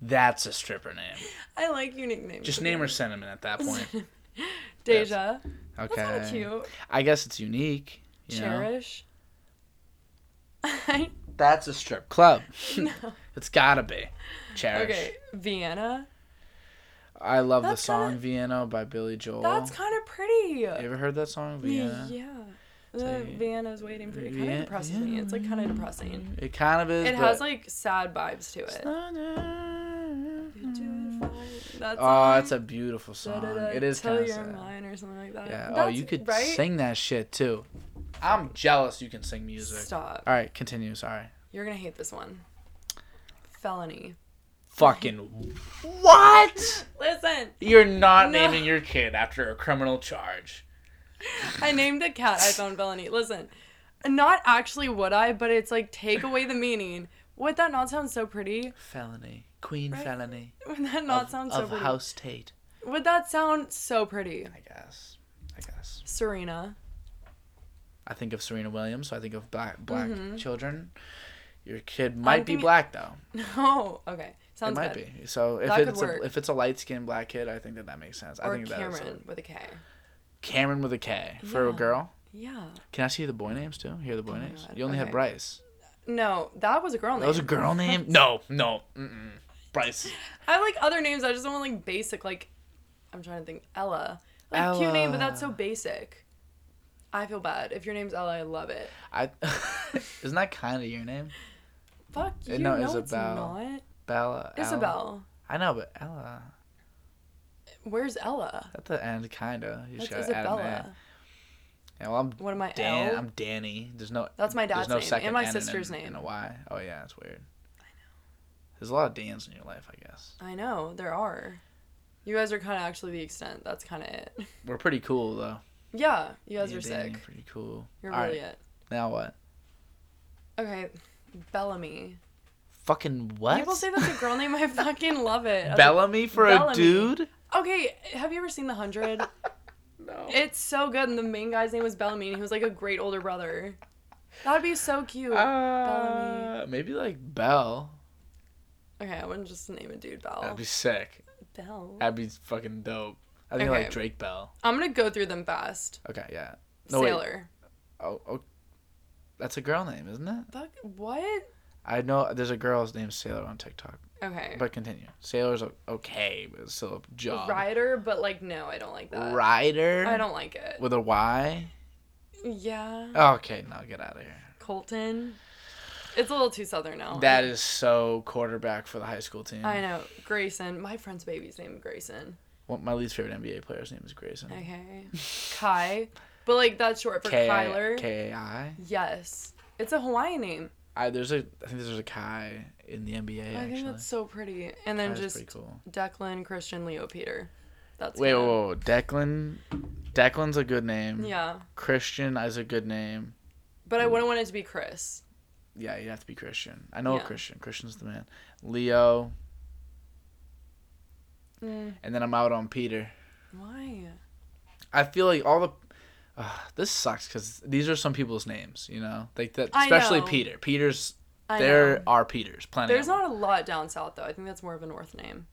Speaker 1: That's a stripper name.
Speaker 2: I like unique names.
Speaker 1: Just name her Cinnamon at that point.
Speaker 2: Deja.
Speaker 1: Okay.
Speaker 2: That's kind of cute.
Speaker 1: I guess it's unique. You know?
Speaker 2: Cherish. I
Speaker 1: That's a strip club.
Speaker 2: know.
Speaker 1: it's gotta be. Cherish.
Speaker 2: Okay, Vienna.
Speaker 1: I love the
Speaker 2: That's
Speaker 1: song
Speaker 2: kinda-
Speaker 1: Vienna by Billy Joel.
Speaker 2: That's kind of pretty.
Speaker 1: you ever heard that song? Vienna.
Speaker 2: Yeah.
Speaker 1: So
Speaker 2: The
Speaker 1: you-
Speaker 2: Vienna's waiting for you. Kind
Speaker 1: Vien-
Speaker 2: of depresses me. It's like kind of depressing.
Speaker 1: It kind of is.
Speaker 2: It has like sad vibes to it.
Speaker 1: like.
Speaker 2: That's
Speaker 1: Oh, it's a beautiful song. It is
Speaker 2: Tell
Speaker 1: kind of
Speaker 2: your
Speaker 1: sad.
Speaker 2: mind or something like that.
Speaker 1: Yeah. oh,
Speaker 2: That's-
Speaker 1: you could
Speaker 2: right?
Speaker 1: sing that shit too. I'm jealous you can sing music.
Speaker 2: Stop.
Speaker 1: All right, continue. Sorry.
Speaker 2: You're gonna hate this one. Felony.
Speaker 1: Fucking what?
Speaker 2: Listen,
Speaker 1: You're not
Speaker 2: No.
Speaker 1: naming your kid after a criminal charge.
Speaker 2: I named a cat. I found felony. Listen, not actually would I, but it's like take away the meaning. Would that not sound so pretty?
Speaker 1: Felony. Queen
Speaker 2: Right?
Speaker 1: felony.
Speaker 2: Would that not
Speaker 1: of,
Speaker 2: sound so
Speaker 1: of
Speaker 2: pretty?
Speaker 1: House Tate.
Speaker 2: Would that sound so pretty?
Speaker 1: I guess. I guess.
Speaker 2: Serena.
Speaker 1: I think of Serena Williams, so I think of black black
Speaker 2: Mhm.
Speaker 1: children. Your kid might be
Speaker 2: thinking-
Speaker 1: black though.
Speaker 2: No. Okay. Sounds
Speaker 1: it might
Speaker 2: good.
Speaker 1: be. So if
Speaker 2: That could
Speaker 1: it's a,
Speaker 2: work.
Speaker 1: if it's a light skinned black kid, I think that that makes sense. I
Speaker 2: Or
Speaker 1: think that is
Speaker 2: Cameron with a K.
Speaker 1: Cameron with a K for a
Speaker 2: Yeah.
Speaker 1: girl.
Speaker 2: Yeah.
Speaker 1: Can I see the boy names too? Hear the boy
Speaker 2: Oh my
Speaker 1: names?
Speaker 2: God,
Speaker 1: You only had
Speaker 2: okay. Oh,
Speaker 1: Bryce.
Speaker 2: No, that was a girl
Speaker 1: That was a
Speaker 2: name.
Speaker 1: girl name? No, no. Mm-mm. Bryce.
Speaker 2: I have like other names. I just don't want like basic like. I'm trying to think. Ella. Like cute name, but that's so
Speaker 1: Ella.
Speaker 2: basic. I feel bad. If your name's Ella, I love it.
Speaker 1: I isn't that kind of your name,
Speaker 2: Fuck
Speaker 1: Uh,
Speaker 2: you.
Speaker 1: no,
Speaker 2: No, it's
Speaker 1: Isabel.
Speaker 2: not.
Speaker 1: Bella? Ella?
Speaker 2: Isabel.
Speaker 1: I know, but Ella
Speaker 2: Where's Ella?
Speaker 1: at the end, kinda. You
Speaker 2: That's
Speaker 1: just gotta add an
Speaker 2: Isabella.
Speaker 1: A. Yeah, well, I'm
Speaker 2: What am I?
Speaker 1: Dan.
Speaker 2: L?
Speaker 1: I'm Danny. There's no.
Speaker 2: That's my
Speaker 1: there's
Speaker 2: dad's
Speaker 1: no
Speaker 2: name
Speaker 1: second
Speaker 2: and my
Speaker 1: N a-
Speaker 2: sister's name.
Speaker 1: And a Y. Oh yeah, that's weird. I know. There's a lot of Dan's in your life, I guess.
Speaker 2: I know there are. You guys are kind of actually the extent. That's kind of it.
Speaker 1: We're pretty cool though.
Speaker 2: Yeah, you guys
Speaker 1: Me
Speaker 2: are
Speaker 1: and Danny
Speaker 2: sick.
Speaker 1: are pretty cool.
Speaker 2: You're
Speaker 1: All right,
Speaker 2: really it.
Speaker 1: now what?
Speaker 2: Okay, Bellamy.
Speaker 1: Fucking what?
Speaker 2: People say that's a girl name. I fucking love it. I was
Speaker 1: Bellamy for
Speaker 2: Bellamy.
Speaker 1: a dude?
Speaker 2: like, okay, have you ever seen The Hundred?
Speaker 1: No.
Speaker 2: it's so good, and the main guy's name was Bellamy, and he was like a great older brother. That'd be so cute.
Speaker 1: Uh, maybe like Bell.
Speaker 2: okay, I wouldn't just name a dude Bell.
Speaker 1: That'd be sick.
Speaker 2: Bell.
Speaker 1: That'd be fucking dope. I think I like
Speaker 2: Okay.
Speaker 1: Drake Bell.
Speaker 2: I'm gonna go through them fast.
Speaker 1: Okay, yeah. No wait.
Speaker 2: Sailor.
Speaker 1: Oh, oh, that's a girl name, isn't it?
Speaker 2: Fuck. What?
Speaker 1: I know there's a girl's named Sailor on TikTok.
Speaker 2: Okay.
Speaker 1: But continue. Sailor's o- okay, but it's still a job.
Speaker 2: Rider, but like no, I don't like that.
Speaker 1: Rider.
Speaker 2: uh, I don't like it.
Speaker 1: With a Y.
Speaker 2: Yeah.
Speaker 1: Okay, no, get out of here.
Speaker 2: Colton. It's a little too southern now.
Speaker 1: That is so quarterback for the high school team.
Speaker 2: Oh, I know. Grayson. My friend's baby's name is Grayson.
Speaker 1: Well, my least favorite NBA player's name is Grayson.
Speaker 2: Okay. Kai. But like that's short for Kyler.
Speaker 1: Mm. K A I.
Speaker 2: yes. It's a Hawaiian name.
Speaker 1: I there's a I think there's a Kai in the NBA
Speaker 2: I
Speaker 1: actually.
Speaker 2: think that's so pretty. And then
Speaker 1: Kai's
Speaker 2: just
Speaker 1: pretty cool.
Speaker 2: Declan, Christian, Leo, Peter. That's
Speaker 1: Wait,
Speaker 2: kinda-
Speaker 1: whoa, whoa, whoa, Declan. Declan's a good name.
Speaker 2: Yeah.
Speaker 1: Christian is a good name.
Speaker 2: But
Speaker 1: Mm.
Speaker 2: I wouldn't want it to be Chris.
Speaker 1: Yeah, you have to be Christian. I know a
Speaker 2: Yeah.
Speaker 1: Christian. Christian's the man. Leo, and then I'm out on Peter.
Speaker 2: Why?
Speaker 1: I feel like all the uh, this sucks because these are some people's names, you know, like that.
Speaker 2: I
Speaker 1: Especially
Speaker 2: know.
Speaker 1: Peter. Peter's
Speaker 2: I
Speaker 1: there
Speaker 2: know.
Speaker 1: are Peters. Plenty.
Speaker 2: There's
Speaker 1: of them.
Speaker 2: not a lot down south though. I think that's more of a north name.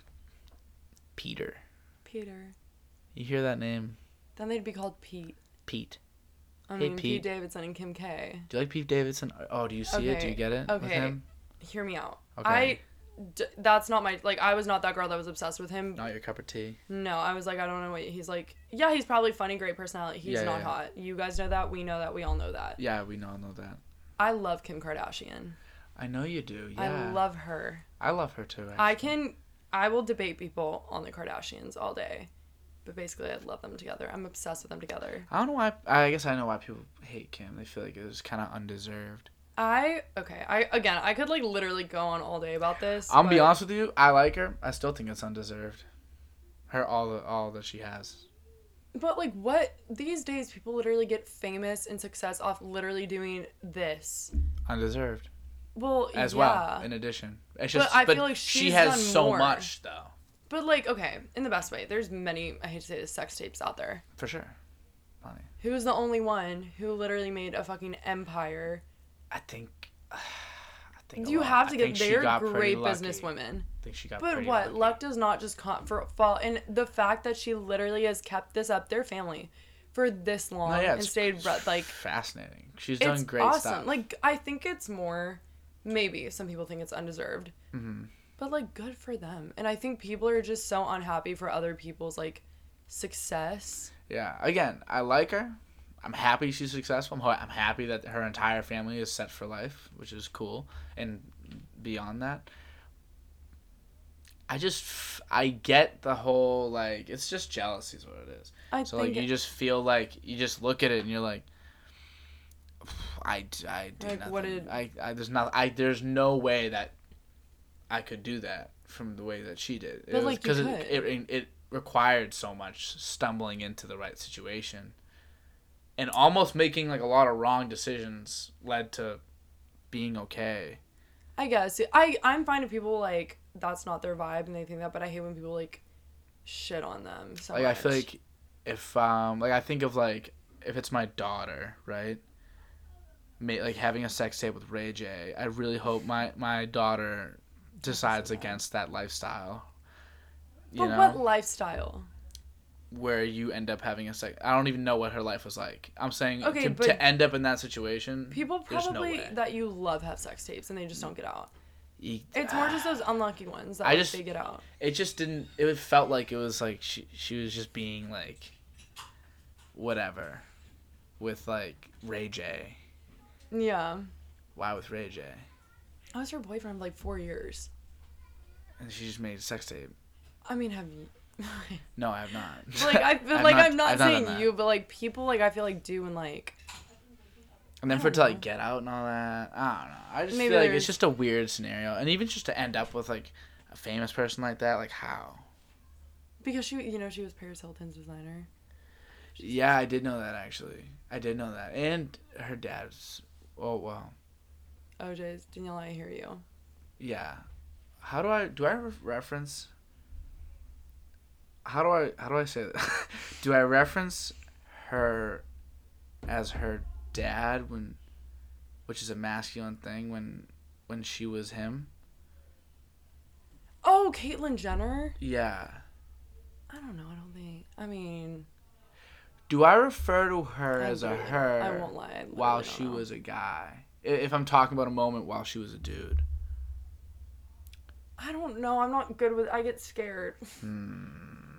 Speaker 1: Peter.
Speaker 2: Peter.
Speaker 1: You hear that name,
Speaker 2: Then they'd be called Pete.
Speaker 1: Pete?
Speaker 2: I
Speaker 1: Hey,
Speaker 2: mean, Pete
Speaker 1: Pete.
Speaker 2: Davidson and Kim K.
Speaker 1: Do you like Pete Davidson? Oh, do you see it? Do
Speaker 2: Okay,
Speaker 1: you get it with
Speaker 2: okay.
Speaker 1: him?
Speaker 2: hear me out.
Speaker 1: Okay.
Speaker 2: I, d- that's not my like. I was not that girl that was obsessed with him.
Speaker 1: Not your cup of tea.
Speaker 2: No, I was like, I don't know what he's like. Yeah, he's probably funny, great personality. He's
Speaker 1: Yeah,
Speaker 2: not
Speaker 1: yeah,
Speaker 2: hot. You guys know that. We know that. We all know that.
Speaker 1: Yeah, we all know that.
Speaker 2: I love Kim Kardashian.
Speaker 1: I know you do. Yeah,
Speaker 2: I love her.
Speaker 1: I love her too.
Speaker 2: I
Speaker 1: actually.
Speaker 2: can. I will debate people on the Kardashians all day, but basically, I love them together. I'm obsessed with them together.
Speaker 1: I don't know why. I guess I know why people hate Kim. They feel like it was kind of undeserved.
Speaker 2: I okay. I again, I could like literally go on all day about this.
Speaker 1: I'm gonna be
Speaker 2: but
Speaker 1: honest with you. I like her. I still think it's undeserved. Her all the, all that she has.
Speaker 2: But like what these days people literally get famous and success off literally doing this.
Speaker 1: Undeserved
Speaker 2: Well,
Speaker 1: as
Speaker 2: yeah.
Speaker 1: well. In addition, it's
Speaker 2: But
Speaker 1: just. But
Speaker 2: I feel like
Speaker 1: she
Speaker 2: she's
Speaker 1: has
Speaker 2: done
Speaker 1: so
Speaker 2: more.
Speaker 1: much though.
Speaker 2: But like, okay, in the best way, there's many. I hate to say this, sex tapes out there.
Speaker 1: For sure. Funny.
Speaker 2: Who's the only one who literally made a fucking empire?
Speaker 1: I think. I think a
Speaker 2: You
Speaker 1: lot-
Speaker 2: have
Speaker 1: I
Speaker 2: to get.
Speaker 1: think she
Speaker 2: They're
Speaker 1: got pretty
Speaker 2: great
Speaker 1: lucky.
Speaker 2: businesswomen.
Speaker 1: I think she got.
Speaker 2: But
Speaker 1: pretty
Speaker 2: what
Speaker 1: lucky.
Speaker 2: luck does not just con- for fall, and the fact that she literally has kept this up, their family, for this long
Speaker 1: No, yeah,
Speaker 2: and
Speaker 1: it's
Speaker 2: stayed re- like
Speaker 1: fascinating. She's
Speaker 2: it's
Speaker 1: done great
Speaker 2: awesome.
Speaker 1: stuff.
Speaker 2: Like I think it's more, maybe some people think it's undeserved,
Speaker 1: Mhm.
Speaker 2: but like good for them. And I think people are just so unhappy for other people's like success.
Speaker 1: yeah. Again, I like her. I'm happy she's successful. I'm, ho- I'm happy that her entire family is set for life, which is cool. And beyond that, I just f- I get the whole like it's just jealousy is what it is.
Speaker 2: I
Speaker 1: So
Speaker 2: think
Speaker 1: like you
Speaker 2: it-
Speaker 1: just feel like you just look at it and you're like, I d- I did
Speaker 2: Like,
Speaker 1: nothing.
Speaker 2: what did-
Speaker 1: I, I there's not I there's no way that I could do that from the way that she did.
Speaker 2: But, like, you
Speaker 1: because
Speaker 2: could.
Speaker 1: it, it it required so much stumbling into the right situation, and almost making like a lot of wrong decisions led to being okay.
Speaker 2: I guess I I'm fine if people like that's not their vibe and they think that, but I hate when people like shit on them. So
Speaker 1: like I feel
Speaker 2: much.
Speaker 1: like if um like I think of like if it's my daughter, right? Ma- like having a sex tape with Ray J. I really hope my my daughter decides
Speaker 2: that.
Speaker 1: against that lifestyle. You
Speaker 2: But
Speaker 1: know,
Speaker 2: what lifestyle?
Speaker 1: where you end up having a sex. I don't even know what her life was like. I'm saying
Speaker 2: Okay,
Speaker 1: to,
Speaker 2: but-
Speaker 1: to end up in that situation.
Speaker 2: People
Speaker 1: there's no
Speaker 2: probably
Speaker 1: way.
Speaker 2: that you love have sex tapes and they just don't get out.
Speaker 1: You,
Speaker 2: It's more just those unlucky ones that
Speaker 1: Ah. I
Speaker 2: like,
Speaker 1: just-
Speaker 2: they get out.
Speaker 1: it just didn't. It felt like it was like she she was just being like, whatever, with like Ray J.
Speaker 2: Yeah.
Speaker 1: Why with Ray J?
Speaker 2: I was her boyfriend for like four years.
Speaker 1: And she just made a sex tape.
Speaker 2: I mean, have you?
Speaker 1: No, I have not.
Speaker 2: like I feel
Speaker 1: I've
Speaker 2: like I'm
Speaker 1: I've
Speaker 2: not
Speaker 1: done
Speaker 2: saying
Speaker 1: that.
Speaker 2: you, but like people like I feel like do and like
Speaker 1: And then
Speaker 2: I
Speaker 1: for it to
Speaker 2: don't
Speaker 1: like get out and all that, I don't know. I just
Speaker 2: Maybe
Speaker 1: feel like
Speaker 2: there
Speaker 1: it's
Speaker 2: is-
Speaker 1: just a weird scenario, and even just to end up with like a famous person like that, like how?
Speaker 2: because she you know she was Paris Hilton's designer.
Speaker 1: Yeah, I did know that actually. I did know that, and her dad's. Oh well,
Speaker 2: OJ's Danielle, I hear you.
Speaker 1: yeah. How do I do? I re- reference. How do I how do I say that? do I reference her as her dad when, which is a masculine thing when when she was him?
Speaker 2: Oh, Caitlyn Jenner.
Speaker 1: Yeah.
Speaker 2: I don't know. I don't think. I mean,
Speaker 1: Do I refer to her
Speaker 2: I
Speaker 1: as a
Speaker 2: really-
Speaker 1: her
Speaker 2: I won't lie. I literally
Speaker 1: while
Speaker 2: don't
Speaker 1: she
Speaker 2: know.
Speaker 1: was a guy? I- If I'm talking about a moment while she was a dude.
Speaker 2: I don't know. I'm not good with. I get scared.
Speaker 1: Hmm.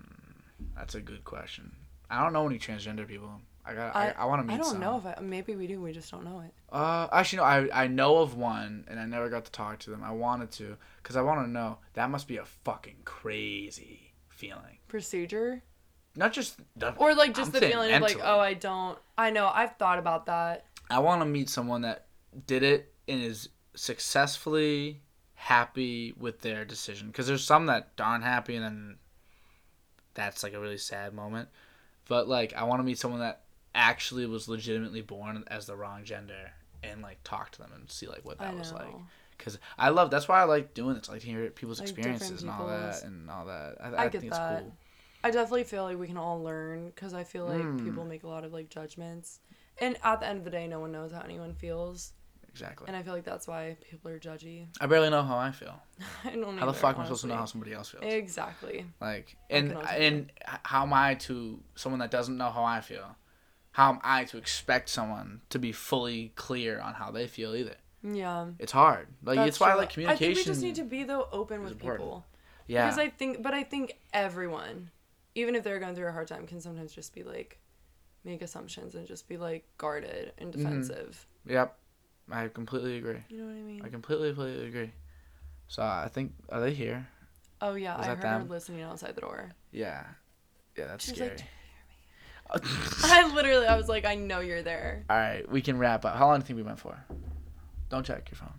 Speaker 1: That's a good question. I don't know any transgender people. I got. I, I,
Speaker 2: I-
Speaker 1: want to meet.
Speaker 2: I don't
Speaker 1: some.
Speaker 2: know if I, maybe we do. We just don't know it.
Speaker 1: Uh, actually, no. I I know of one, and I never got to talk to them. I wanted to, cause I want to know. That must be a fucking crazy feeling.
Speaker 2: Procedure
Speaker 1: Not just. The,
Speaker 2: or like just
Speaker 1: I'm
Speaker 2: the
Speaker 1: saying
Speaker 2: feeling of
Speaker 1: mentally.
Speaker 2: like oh I don't. I know. I've thought about that.
Speaker 1: I want to meet someone that did it and is successfully happy with their decision. Because there's some that aren't happy, and then that's like a really sad moment. But like, I want to meet someone that actually was legitimately born as the wrong gender and like talk to them and see like what
Speaker 2: I
Speaker 1: that
Speaker 2: know.
Speaker 1: was like. Because I love that's why I like doing this. I like to hear people's
Speaker 2: Like, different
Speaker 1: experiences and all that
Speaker 2: people's-
Speaker 1: and all that. I, I,
Speaker 2: I get
Speaker 1: think it's
Speaker 2: that.
Speaker 1: cool.
Speaker 2: I definitely feel like we can all learn because I feel like
Speaker 1: Mm.
Speaker 2: people make a lot of like judgments, and at the end of the day, no one knows how anyone feels,
Speaker 1: Exactly.
Speaker 2: and I feel like that's why people are judgy.
Speaker 1: I barely know how I feel.
Speaker 2: I don't
Speaker 1: How the
Speaker 2: either,
Speaker 1: fuck am I supposed to know how
Speaker 2: honestly.
Speaker 1: somebody else feels?
Speaker 2: Exactly.
Speaker 1: Like
Speaker 2: I
Speaker 1: and
Speaker 2: can also
Speaker 1: and h- how am I to someone that doesn't know how I feel? How am I to expect someone to be fully clear on how they feel either?
Speaker 2: Yeah.
Speaker 1: It's hard. Like
Speaker 2: that's
Speaker 1: it's why
Speaker 2: true.
Speaker 1: like communication.
Speaker 2: I think we just need to be though open
Speaker 1: is
Speaker 2: with
Speaker 1: important.
Speaker 2: people
Speaker 1: yeah.
Speaker 2: because I think, but I think everyone, even if they're going through a hard time, can sometimes just be like, make assumptions and just be like guarded and
Speaker 1: Mm-hmm.
Speaker 2: defensive.
Speaker 1: yep. I completely agree.
Speaker 2: You know what I mean?
Speaker 1: I completely completely agree. So I think are they here?
Speaker 2: oh yeah,
Speaker 1: Was
Speaker 2: I
Speaker 1: that
Speaker 2: heard
Speaker 1: them?
Speaker 2: her listening outside the door.
Speaker 1: Yeah. Yeah, that's
Speaker 2: She's
Speaker 1: scary.
Speaker 2: like, I literally, I was like, I know you're there.
Speaker 1: All right, we can wrap up. How long do you think we went for? Don't check your phone.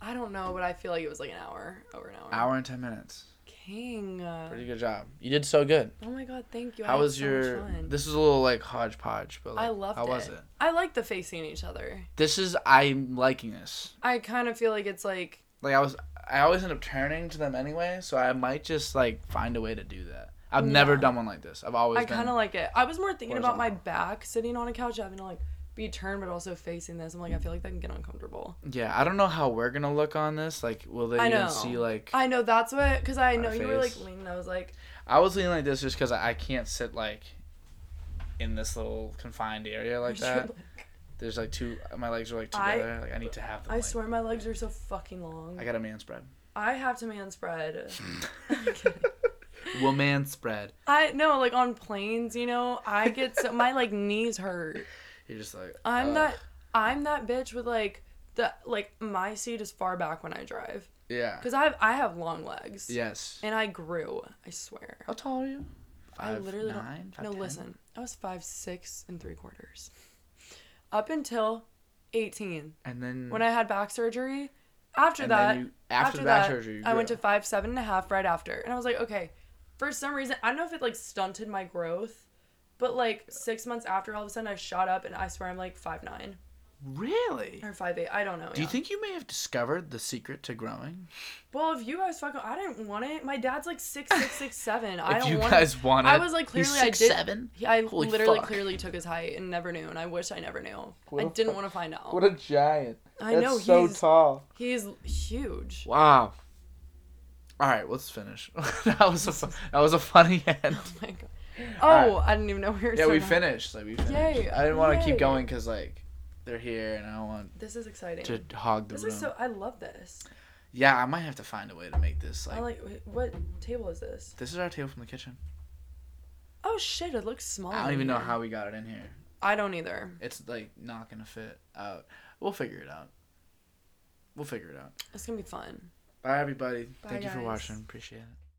Speaker 2: I don't know, but I feel like it was like an hour, over an hour.
Speaker 1: Hour and ten minutes.
Speaker 2: King.
Speaker 1: Pretty good job. You did so good.
Speaker 2: Oh my god, thank you. I
Speaker 1: How
Speaker 2: had
Speaker 1: was
Speaker 2: so much
Speaker 1: your?
Speaker 2: fun.
Speaker 1: This is a little like hodgepodge, but like,
Speaker 2: I loved
Speaker 1: how
Speaker 2: it.
Speaker 1: was it?
Speaker 2: I like the facing each other.
Speaker 1: This is I'm liking this.
Speaker 2: I kind of feel like it's like
Speaker 1: Like I was, I always end up turning to them anyway, so I might just like find a way to do that. I've never
Speaker 2: Yeah.
Speaker 1: done one like this. I've always.
Speaker 2: I kind of
Speaker 1: been,
Speaker 2: like it. I was more thinking about my
Speaker 1: Horizontal.
Speaker 2: back sitting on a couch having to like be turned but also facing this. I'm like I feel like that can get uncomfortable.
Speaker 1: Yeah, I don't know how we're gonna look on this. Like, will they
Speaker 2: I
Speaker 1: even
Speaker 2: know.
Speaker 1: see like? I,
Speaker 2: I know that's what cuz I
Speaker 1: My
Speaker 2: know you were like
Speaker 1: face.
Speaker 2: leaning. I was like
Speaker 1: was leaning like this just because I, I can't sit like, in this little confined area like
Speaker 2: where's your
Speaker 1: that.
Speaker 2: leg?
Speaker 1: There's like two. My legs are like
Speaker 2: I-
Speaker 1: together. like I need to have them.
Speaker 2: I
Speaker 1: like-
Speaker 2: swear my legs are so fucking long.
Speaker 1: I
Speaker 2: I,
Speaker 1: got a man spread.
Speaker 2: have to man spread. I'm kidding.
Speaker 1: Woman spread.
Speaker 2: I no, like on planes, you know, I get so my like knees hurt.
Speaker 1: You're just like. uh,
Speaker 2: I'm
Speaker 1: ugh.
Speaker 2: that I'm that bitch with like the like my seat is far back when I drive
Speaker 1: Yeah.
Speaker 2: cuz I have I have long legs.
Speaker 1: Yes.
Speaker 2: And I grew, I swear.
Speaker 1: How tall are you?
Speaker 2: I literally
Speaker 1: nine,
Speaker 2: don't.
Speaker 1: five,
Speaker 2: no,
Speaker 1: ten?
Speaker 2: listen. I was five six and three quarters, up until eighteen
Speaker 1: And then
Speaker 2: when I had back surgery. After
Speaker 1: Mm. And then
Speaker 2: that,
Speaker 1: you- after
Speaker 2: after,
Speaker 1: the back
Speaker 2: that,
Speaker 1: surgery, you
Speaker 2: I went
Speaker 1: grew.
Speaker 2: to five seven and a half right after, and I was like, okay. For some reason, I don't know if it like stunted my growth, but like six months after, all of a sudden I shot up, and I swear I'm like five nine
Speaker 1: really.
Speaker 2: or five eight. I don't know.
Speaker 1: Do you
Speaker 2: Oh, yeah.
Speaker 1: think you may have discovered the secret to growing?
Speaker 2: Well, if you guys fucking, I didn't want it. My dad's like six six six seven. I
Speaker 1: if
Speaker 2: don't
Speaker 1: you
Speaker 2: want. it.
Speaker 1: guys wanted,
Speaker 2: I was like,
Speaker 1: He's
Speaker 2: clearly I did.
Speaker 1: 6'7"?
Speaker 2: He, I
Speaker 1: Holy
Speaker 2: literally
Speaker 1: fuck.
Speaker 2: clearly took his height and never knew, and I wish I never knew.
Speaker 1: What
Speaker 2: I
Speaker 1: a
Speaker 2: didn't
Speaker 1: fuck-
Speaker 2: want to find out.
Speaker 1: a giant!
Speaker 2: I know, he's-
Speaker 1: tall.
Speaker 2: He's huge.
Speaker 1: Wow. All right, let's finish. that was a fu- that was a funny end.
Speaker 2: Oh my god.
Speaker 1: All
Speaker 2: Oh, I didn't even know we were.
Speaker 1: Yeah, we
Speaker 2: talking about-
Speaker 1: finished. Like we finished.
Speaker 2: Yay,
Speaker 1: I didn't want to keep
Speaker 2: yay.
Speaker 1: going because like they're here and I don't want
Speaker 2: This is exciting.
Speaker 1: to hog the
Speaker 2: This
Speaker 1: room.
Speaker 2: is so. I love this.
Speaker 1: Yeah, I might have to find a way to make this like,
Speaker 2: I like. wait, What table is this?
Speaker 1: this is our table from the kitchen.
Speaker 2: Oh shit! It looks small.
Speaker 1: I don't even know
Speaker 2: here.
Speaker 1: how we got it in here.
Speaker 2: I don't either.
Speaker 1: It's like not gonna fit out. We'll figure it out. We'll figure it out.
Speaker 2: It's gonna be fun.
Speaker 1: Bye everybody.
Speaker 2: Bye,
Speaker 1: Thank you for
Speaker 2: guys.
Speaker 1: watching. Appreciate it.